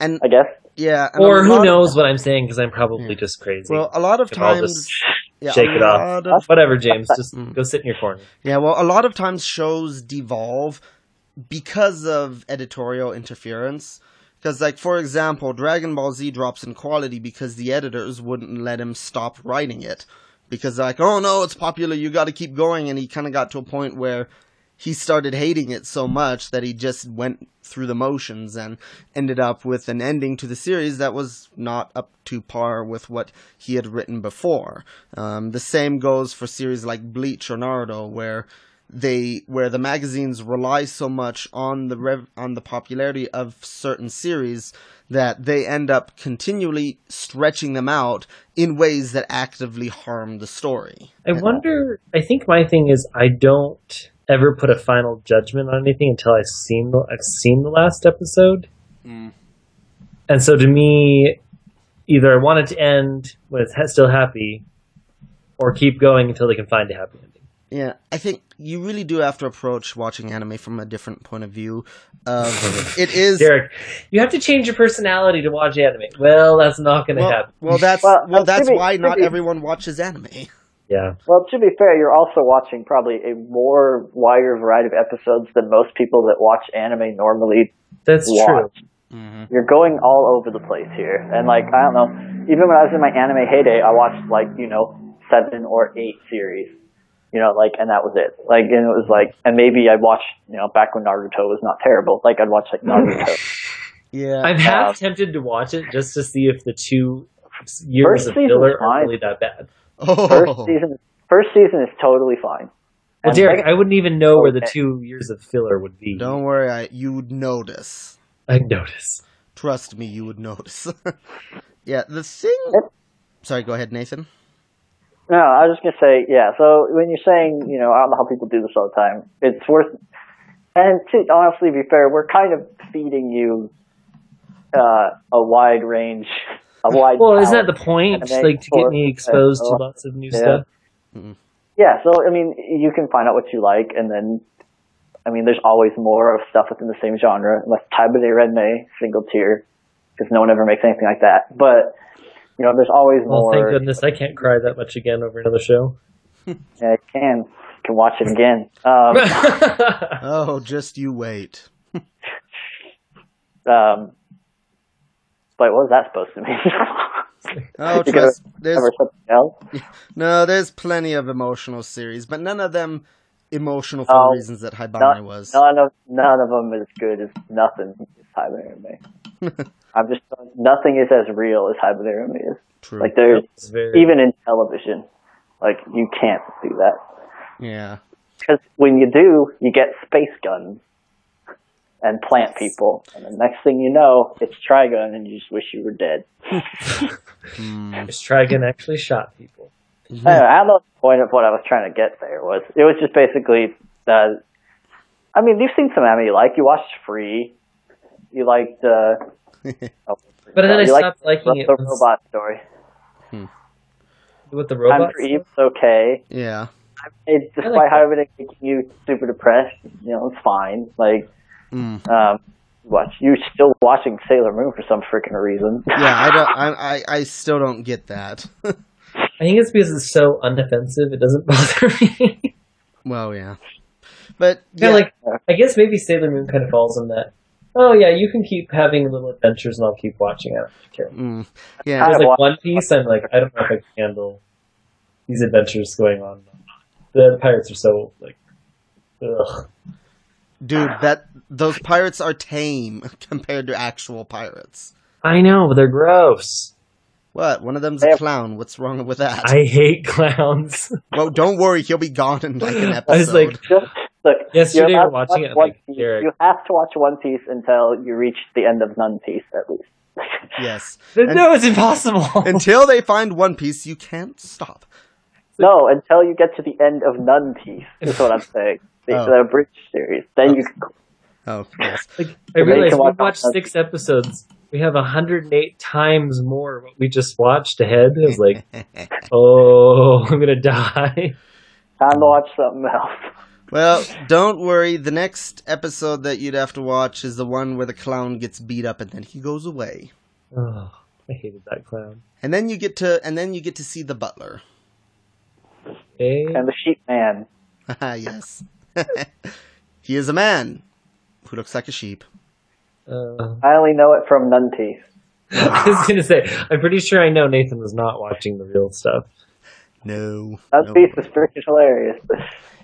S1: and
S2: I guess
S1: yeah, and
S3: or
S1: a
S3: who
S1: lot- Hmm.
S3: knows what I'm saying because I'm probably just crazy.
S1: Well, a lot of
S3: If I'll
S1: times,
S3: just
S1: yeah,
S3: shake
S1: a
S3: it off.
S1: lot of
S3: Whatever, James. Just
S1: Mm.
S3: go sit in your corner.
S1: Yeah, well, a lot of times shows devolve because of editorial interference. Because, like, for example, Dragon Ball Z drops in quality because the editors wouldn't let him stop writing it. Because, like, oh no, it's popular, you gotta keep going. And he kind of got to a point where he started hating it so much that he just went through the motions and ended up with an ending to the series that was not up to par with what he had written before. Um, the same goes for series like Bleach or Naruto, where they where the magazines rely so much on the rev, on the popularity of certain series that they end up continually stretching them out in ways that actively harm the story.
S3: I wonder. I think my thing is I don't ever put a final judgment on anything until I've seen the, I've seen the last episode.
S2: Mm.
S3: And so to me, either I want it to end when it's ha- still happy, or keep going until they can find a happy ending.
S1: Yeah, I think you really do have to approach watching anime from a different point of view. Of it is
S3: Derek, you have to change your personality to watch anime. Well, that's not going to
S1: well,
S3: happen.
S1: well, that's
S2: Well,
S1: well, that's
S2: maybe-
S1: why not
S2: maybe-
S1: everyone watches anime.
S3: Yeah.
S2: Well, to be fair, you're also watching probably a more wider variety of episodes than most people that watch anime normally
S3: That's true.
S2: watch. You're going all over the place here. And, like, I don't know, even when I was in my anime heyday, I watched, like, you know, seven or eight series. You know, like, and that was it. Like, and it was like, and maybe I watched, you know, back when Naruto was not terrible. Like, I'd watch, like, Naruto.
S1: Yeah,
S3: I'm
S2: Um,
S3: half tempted to watch it just to see if the two s- years
S2: First
S3: of
S2: season's
S3: filler are
S2: fine.
S3: really that bad.
S2: First
S1: oh,
S2: season, first season is totally fine.
S3: Well,
S2: And
S3: Derek,
S2: second-
S3: I wouldn't even know where the
S2: Okay.
S3: two years of filler would be.
S1: don't worry, I, you would notice.
S3: I notice.
S1: Trust me, you would notice. yeah, the thing.
S2: Yep.
S1: Sorry, go ahead, Nathan.
S2: No, I was just gonna say, yeah. So when you're saying, you know, I don't know how people do this all the time. It's worth, and to honestly be fair, we're kind of feeding you uh, a wide range, a wide.
S3: Well, isn't that
S2: palette.
S3: the point?
S2: Anime
S3: Like to get
S2: or-
S3: me exposed to
S2: uh,
S3: lots of new
S2: yeah.
S3: stuff.
S2: Yeah. So I mean, you can find out what you like, and then, I mean, there's always more of stuff within the same genre, unless Taiba de Renmei single tier, because no one ever makes anything like that. But you know, there's always
S3: Well,
S2: more.
S3: thank goodness I can't cry that much again over another show.
S2: Yeah, you can can watch it again. Um,
S1: Oh, just you wait.
S2: Um, but what was that supposed to mean?
S1: Oh,
S2: You gotta
S1: trust. There's
S2: cover something else?
S1: no, there's plenty of emotional series, but none of them emotional for
S2: Oh,
S1: reasons that Hibari
S2: None,
S1: was.
S2: none of none of them is good as nothing is Hibernian I'm just nothing is as real as Hibernian is.
S1: True.
S2: Like there's
S3: It's very-
S2: even in television, like you can't do that
S1: yeah.
S2: because when you do, you get space guns and plant people, and the next thing you know, it's Trigun, and you just wish you were dead.
S3: Miss Trigon actually shot people.
S2: Anyway, I don't know what the point of what I was trying to get there was. It was just basically, uh, I mean, you've seen some anime you like. You watched Free. You liked, uh, oh,
S3: But then
S2: uh,
S3: I
S2: you liked
S3: stopped liking it
S2: the
S3: once-
S2: robot story.
S3: with the
S2: Time
S3: robots.
S2: for Eve's okay.
S1: Yeah.
S2: It, despite
S3: like
S2: how everything making you super depressed, you know, it's fine. Like,
S1: Mm.
S2: um, watch. You're still watching Sailor Moon for some freaking reason.
S1: Yeah. I don't. I. I, I still don't get that.
S3: I think it's because it's so unoffensive; it doesn't bother me.
S1: well, yeah. But yeah,
S3: Kind of like I guess maybe Sailor Moon kind of falls in that. Oh yeah, you can keep having little adventures, and I'll keep watching. I don't care.
S1: mm,
S2: I
S1: yeah.
S3: It's
S2: have
S3: like
S2: watched-
S3: One Piece. I'm like, I don't know if I can handle these adventures going on. The pirates are so like, ugh.
S1: Dude, that those pirates are tame compared to actual pirates.
S3: I know, but they're gross.
S1: What? One of them's
S2: They
S1: a
S2: have-
S1: clown. What's wrong with that?
S3: I hate clowns.
S1: Well, don't worry, he'll be gone in like an episode.
S3: I was like,
S2: Just, look,
S3: Yesterday
S2: you
S3: we're
S2: have to
S3: watching it, I'm
S2: One
S3: like,
S2: Piece.
S3: Derek.
S2: You have to watch One Piece until you reach the end of None Piece, at least.
S1: yes.
S3: no, it's impossible.
S1: Until they find One Piece, you can't stop.
S2: No, until you get to the end of Nun Teeth, is what I'm saying. The,
S1: Oh.
S2: the Bridge series. Then you can.
S1: Oh, yes.
S3: Like, I
S2: If they
S3: realized
S2: come
S3: we
S2: up-
S3: watched six episodes. We have 108 times more what we just watched ahead. I was like, oh, I'm gonna die.
S2: Time to watch something else.
S1: well, don't worry. The next episode that you'd have to watch is the one where the clown gets beat up and then he goes away.
S3: Oh, I hated that clown.
S1: And then you get to and then you get to see the butler.
S3: Hey,
S2: And the Sheep Man.
S1: Ah, yes. he is a man who looks like a sheep.
S3: uh,
S2: I only know it from Nun Teeth.
S3: I was gonna say, I'm pretty sure I know Nathan was not watching the real stuff.
S1: No.
S2: Nun
S1: no.
S2: Teeth is freaking hilarious.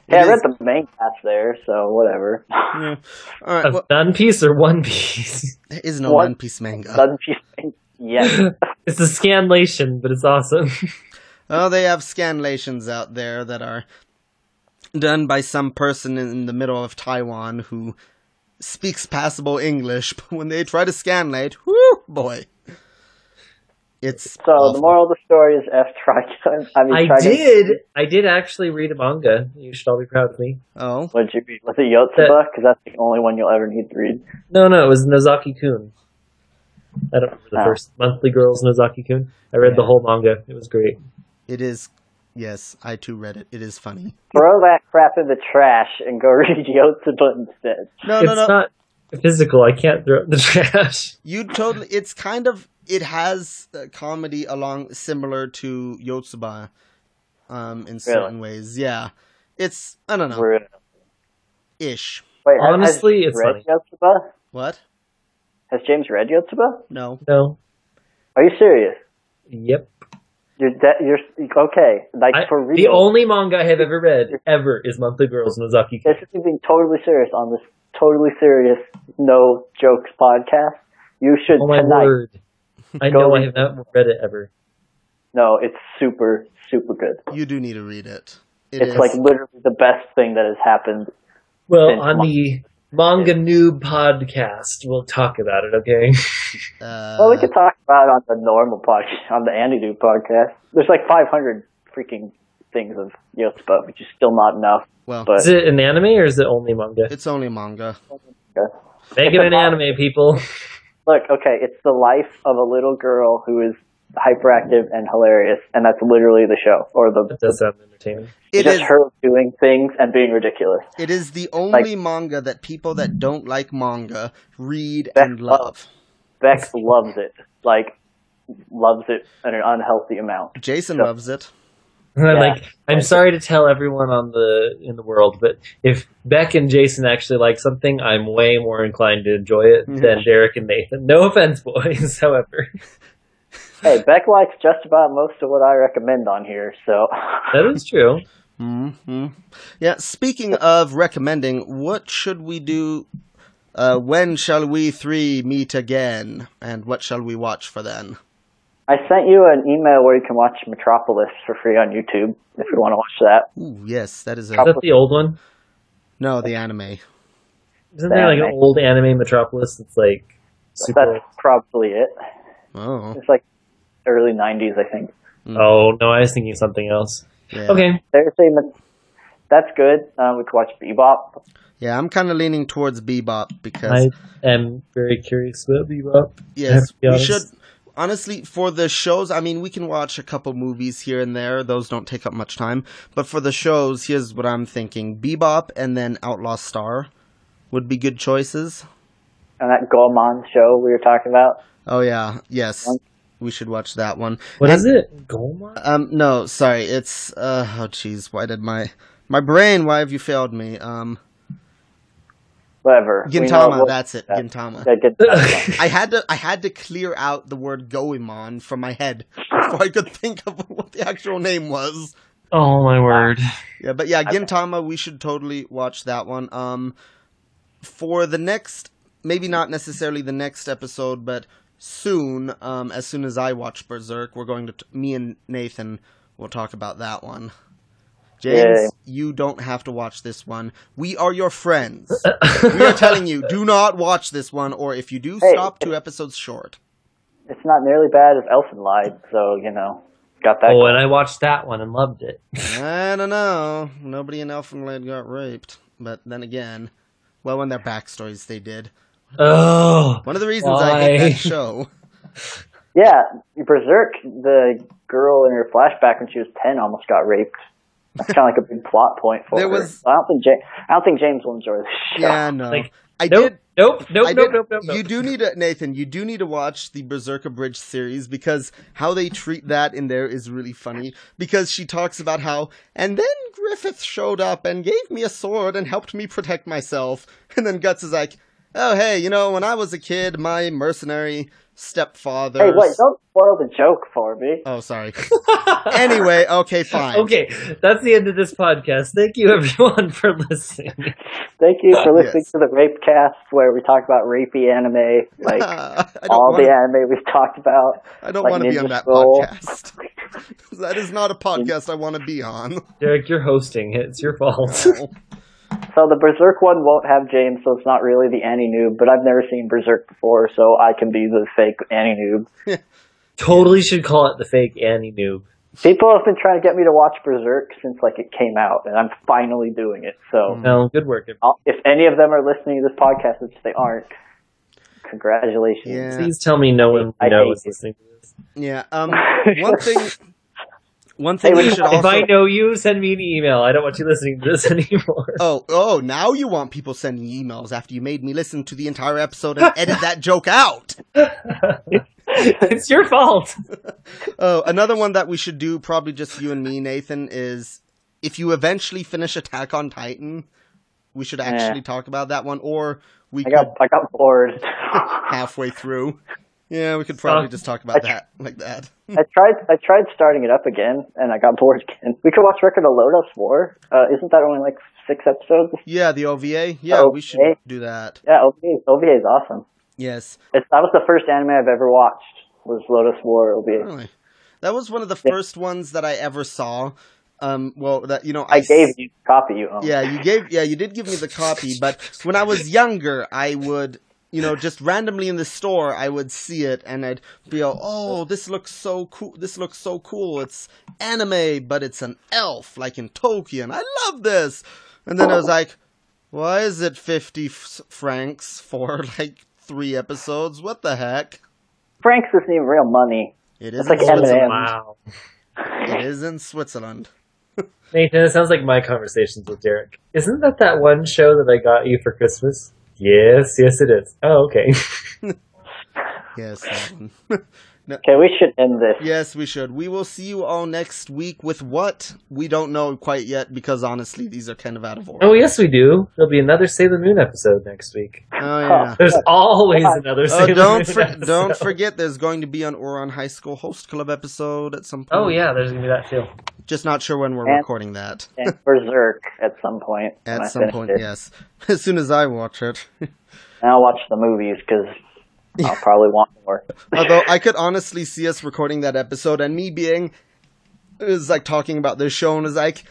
S2: yeah,
S1: It
S2: I read
S1: is.
S2: the main cast there, so whatever.
S1: Yeah. All right.
S3: Of
S1: Well,
S3: One Piece or One Piece?
S1: there is no
S2: What?
S1: One Piece manga.
S2: Nun Teeth. Yes.
S3: it's a scanlation, but it's awesome.
S1: Oh, they have scanlations out there that are done by some person in the middle of Taiwan who speaks passable English, but when they try to scanlate, whoo, boy. It's
S2: So the
S1: awful.
S2: moral of the story is F Trigon. I mean,
S3: I
S2: Trigon.
S3: did. I did actually read a manga. You should all be proud of me.
S1: Oh,
S2: What'd you read? Was it Yotsuba? Because that's the only one you'll ever need to read.
S3: No, no, it was Nozaki Kun. I don't remember the
S2: Oh.
S3: first monthly girls Nozaki Kun. I read the whole manga. It was great.
S1: it is. Yes, I too read it. It is funny.
S2: Throw that crap in the trash and go read Yotsuba instead.
S1: No,
S3: it's
S1: no, no.
S3: not physical. I can't throw it in the trash.
S1: You totally. It's kind of. It has uh, comedy along similar to Yotsuba, um, in certain ways. Yeah, it's I don't know
S2: Brutal.
S1: ish.
S2: Wait, has-
S3: Honestly,
S2: has
S3: it's
S2: read
S3: funny.
S2: Yotsuba?
S1: What?
S2: Has James read Yotsuba?
S1: No.
S3: No.
S2: Are you serious?
S3: Yep.
S2: You're de- you're okay. Like
S3: I-
S2: for real.
S3: the only manga I have ever read ever is Monthly Girls Nozaki Kun.
S2: this is being totally serious on this totally serious no jokes podcast. You should
S3: Oh my
S2: tonight.
S3: word. I
S2: Go
S3: know I
S2: read
S3: have not read it ever.
S2: No, it's super super good.
S1: You do need to read it. It
S2: It's
S1: is-
S2: like literally the best thing that has happened.
S3: Well,
S2: It's
S3: on
S2: mon-
S3: the Manga Noob podcast, we'll talk about it, okay?
S1: Uh,
S2: well, we could talk about it on the normal podcast, on the Andy Do podcast. There's like 500 freaking things of Yotsuba, which is still not enough.
S1: well,
S2: But
S3: Is it an anime or is it only manga?
S1: it's only manga.
S2: Okay.
S3: Make it an anime, people.
S2: look, okay, it's the life of a little girl who is hyperactive and hilarious, and that's literally the show or the
S3: That does sound entertaining.
S1: It is.
S2: just her doing things and being ridiculous.
S1: It is the only manga that people that don't like manga read and
S2: That's-
S1: love.
S2: Beck loves it, like loves it in an unhealthy amount.
S1: Jason
S2: Yeah.
S1: loves it.
S3: And I'm
S2: Yeah.
S3: like, I'm sorry to tell everyone on the in the world, but if Beck and Jason actually like something, I'm way more inclined to enjoy it than Derek and Nathan. No offense, boys. However,
S2: Hey, Beck likes just about most of what I recommend on here, so
S3: that is true.
S1: hmm Yeah. Speaking of recommending, what should we do? Uh, when shall we three meet again? And what shall we watch for then?
S2: I sent you an email where you can watch Metropolis for free on YouTube if you want to watch that.
S1: Ooh, yes, that is a
S3: Is that the old one?
S1: no. The anime.
S3: Isn't there like an
S2: Anime.
S3: old anime Metropolis that's like super?
S2: That's probably it.
S1: Oh,
S2: It's like early 90s, I think.
S3: Oh no, I was thinking something else.
S1: yeah.
S3: Okay,
S2: There's a met- that's good. Uh, we could watch Bebop.
S1: Yeah, I'm kind of leaning towards Bebop because
S3: I am very curious about Bebop. I have
S1: yes,
S3: to be
S1: we
S3: honest.
S1: should. Honestly, for the shows, I mean, we can watch a couple movies here and there. Those don't take up much time. But for the shows, here's what I'm thinking: Bebop and then Outlaw Star would be good choices.
S2: And that Goemon show we were talking about.
S1: Oh yeah, yes. We should watch that one.
S3: What is it? Golmon?
S1: Um no, sorry. It's uh oh jeez, why did my my brain why have you failed me? Um
S2: Whatever. We know
S1: Gintama,
S2: what-
S1: that's it. Gintama.
S2: that good-
S1: I had to I had to clear out the word Goemon from my head before I could think of what the actual name was.
S3: oh my word!
S1: Yeah, but yeah, Gintama, we should totally watch that one. Um, for the next, maybe not necessarily the next episode, but soon, um, as soon as I watch Berserk, we're going to, t- me and Nathan will talk about that one. James,
S2: Yay.
S1: you don't have to watch this one. We are your friends. we are telling you, do not watch this one, or if you do,
S2: Hey.
S1: stop two episodes short.
S2: it's not nearly bad as Elfin lied, so you know. Got that?
S3: Oh, and I watched that one and loved it.
S1: I don't know. Nobody in Elfenblade got raped, but then again, well, in their backstories, they did.
S3: Oh,
S1: One of the reasons I hate
S3: Why?
S1: that show.
S2: Yeah, Berserk, the girl in her flashback when she was ten almost got raped. That's kind of like a big plot point for
S1: There
S2: her.
S1: was-
S2: I don't think James. I don't think James will enjoy this show.
S1: Yeah, no.
S3: Like,
S1: I
S3: nope,
S1: did.
S3: nope, nope,
S1: I
S3: nope,
S1: did-
S3: nope, nope, nope.
S1: You do need to, Nathan. You do need to watch the Berserker Bridge series because how they treat that in there is really funny. Because she talks about how, and then Griffith showed up and gave me a sword and helped me protect myself. And then Guts is like, "Oh hey, you know, when I was a kid, my mercenary stepfather."
S2: Hey, wait! Don't spoil the joke for me.
S1: Oh, sorry. anyway, okay, fine.
S3: Okay, that's the end of this podcast. Thank you, everyone, for listening.
S2: Thank you for listening
S1: Yes.
S2: to the Rape Cast, where we talk about rapey anime, like
S1: I don't
S2: all
S1: wanna-
S2: the anime we've talked about.
S1: I don't
S2: like
S1: want to be on
S2: Ninja
S1: that
S2: Scroll.
S1: podcast. that is not a podcast I want to be on.
S3: Derek, you're hosting. It's your fault.
S2: So the Berserk one won't have James, so it's not really the anti noob. But I've never seen Berserk before, so I can be the fake anti noob.
S3: totally should call it the fake Annie Noob.
S2: People have been trying to get me to watch Berserk since like it came out, and I'm finally doing it. So
S1: Um,
S3: No, good work. everyone.
S2: I'll, if any of them are listening to this podcast, which they aren't, congratulations.
S1: Yeah.
S3: Please tell me no one
S2: I
S3: I know
S2: hate
S3: is
S2: you.
S3: listening to this.
S1: Yeah. Um. One thing. One thing
S2: Hey,
S1: we
S2: would you
S1: should
S2: mind
S3: If I
S1: also.
S3: know you, send me an email. I don't want you listening to this anymore.
S1: Oh, oh! Now you want people sending emails after you made me listen to the entire episode and edit that joke out.
S3: it's your fault.
S1: Oh, another one that we should do, probably just you and me, Nathan, is if you eventually finish Attack on Titan, we should actually talk about that one, or we
S2: I
S1: could
S2: got I got bored.
S1: halfway through. Yeah, we could probably just talk about that like that.
S2: I tried I tried starting it up again, and I got bored again. We could watch Record of Lotus War. Uh, isn't that only like six episodes?
S1: Yeah, the OVA. Yeah, we should
S2: Okay.
S1: do that.
S2: Yeah, OVA, OVA is awesome.
S1: Yes.
S2: It's, that was the first anime I've ever watched. Was Lotus War OVA?
S1: Really? That was one of the
S2: Yeah.
S1: first ones that I ever saw. Um, well, that you know,
S2: I
S1: s-
S2: gave you a copy you own.
S1: Yeah, you gave. Yeah, you did give me the copy. But when I was younger, I would, you know, just randomly in the store, I would see it, and I'd be all, "Oh, this looks so cool! This looks so cool! It's anime, but it's an elf, like in Tolkien. I love this." And then I was like, "Why is it fifty f- francs for like three episodes? What the heck?"
S2: Frank's isn't even real money.
S1: It is
S2: like
S1: in
S2: M&Ms.
S1: Switzerland.
S3: Wow.
S1: It is in Switzerland.
S3: Nathan, it sounds like my conversations with Derek. Isn't that that one show that I got you for Christmas? Yes, yes, it is. Oh, okay.
S1: Yes, that one.
S2: Okay, we should end this.
S1: yes, we should. We will see you all next week with what we don't know quite yet because honestly, these are kind of out of order.
S3: oh, yes, we do. There'll be another Say the Moon episode next week.
S1: Oh yeah.
S3: There's always another Say
S1: Oh,
S3: the
S1: don't
S3: Moon
S1: for-
S3: episode.
S1: don't forget. There's going to be an Oron High School host club episode at some point.
S3: Oh, yeah, there's going to be that too.
S1: Just not sure when we're
S2: And-
S1: recording that.
S2: and Berserk at some point. when I
S1: At some
S2: finish
S1: point,
S2: it.
S1: yes. As soon as I watch it.
S2: And I'll watch the movies because I'll probably want more.
S1: Although I could honestly see us recording that episode and me being is like talking about this show and is like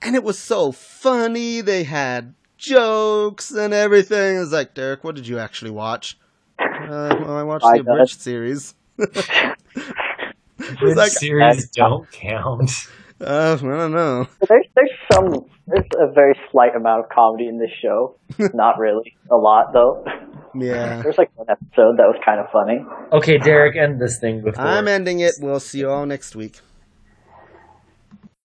S1: and it was so funny, they had jokes and everything. It's like, Derek, what did you actually watch? Uh, well, I watched
S2: I
S1: the abridged series.
S3: This
S1: like-
S3: series don't count.
S1: Uh, I don't know.
S2: There's there's some there's a very slight amount of comedy in this show. Not really a lot though.
S1: Yeah.
S2: There's like one episode that was kind of funny.
S3: Okay, Derek, end this thing before.
S1: I'm ending it. We'll see you all next week.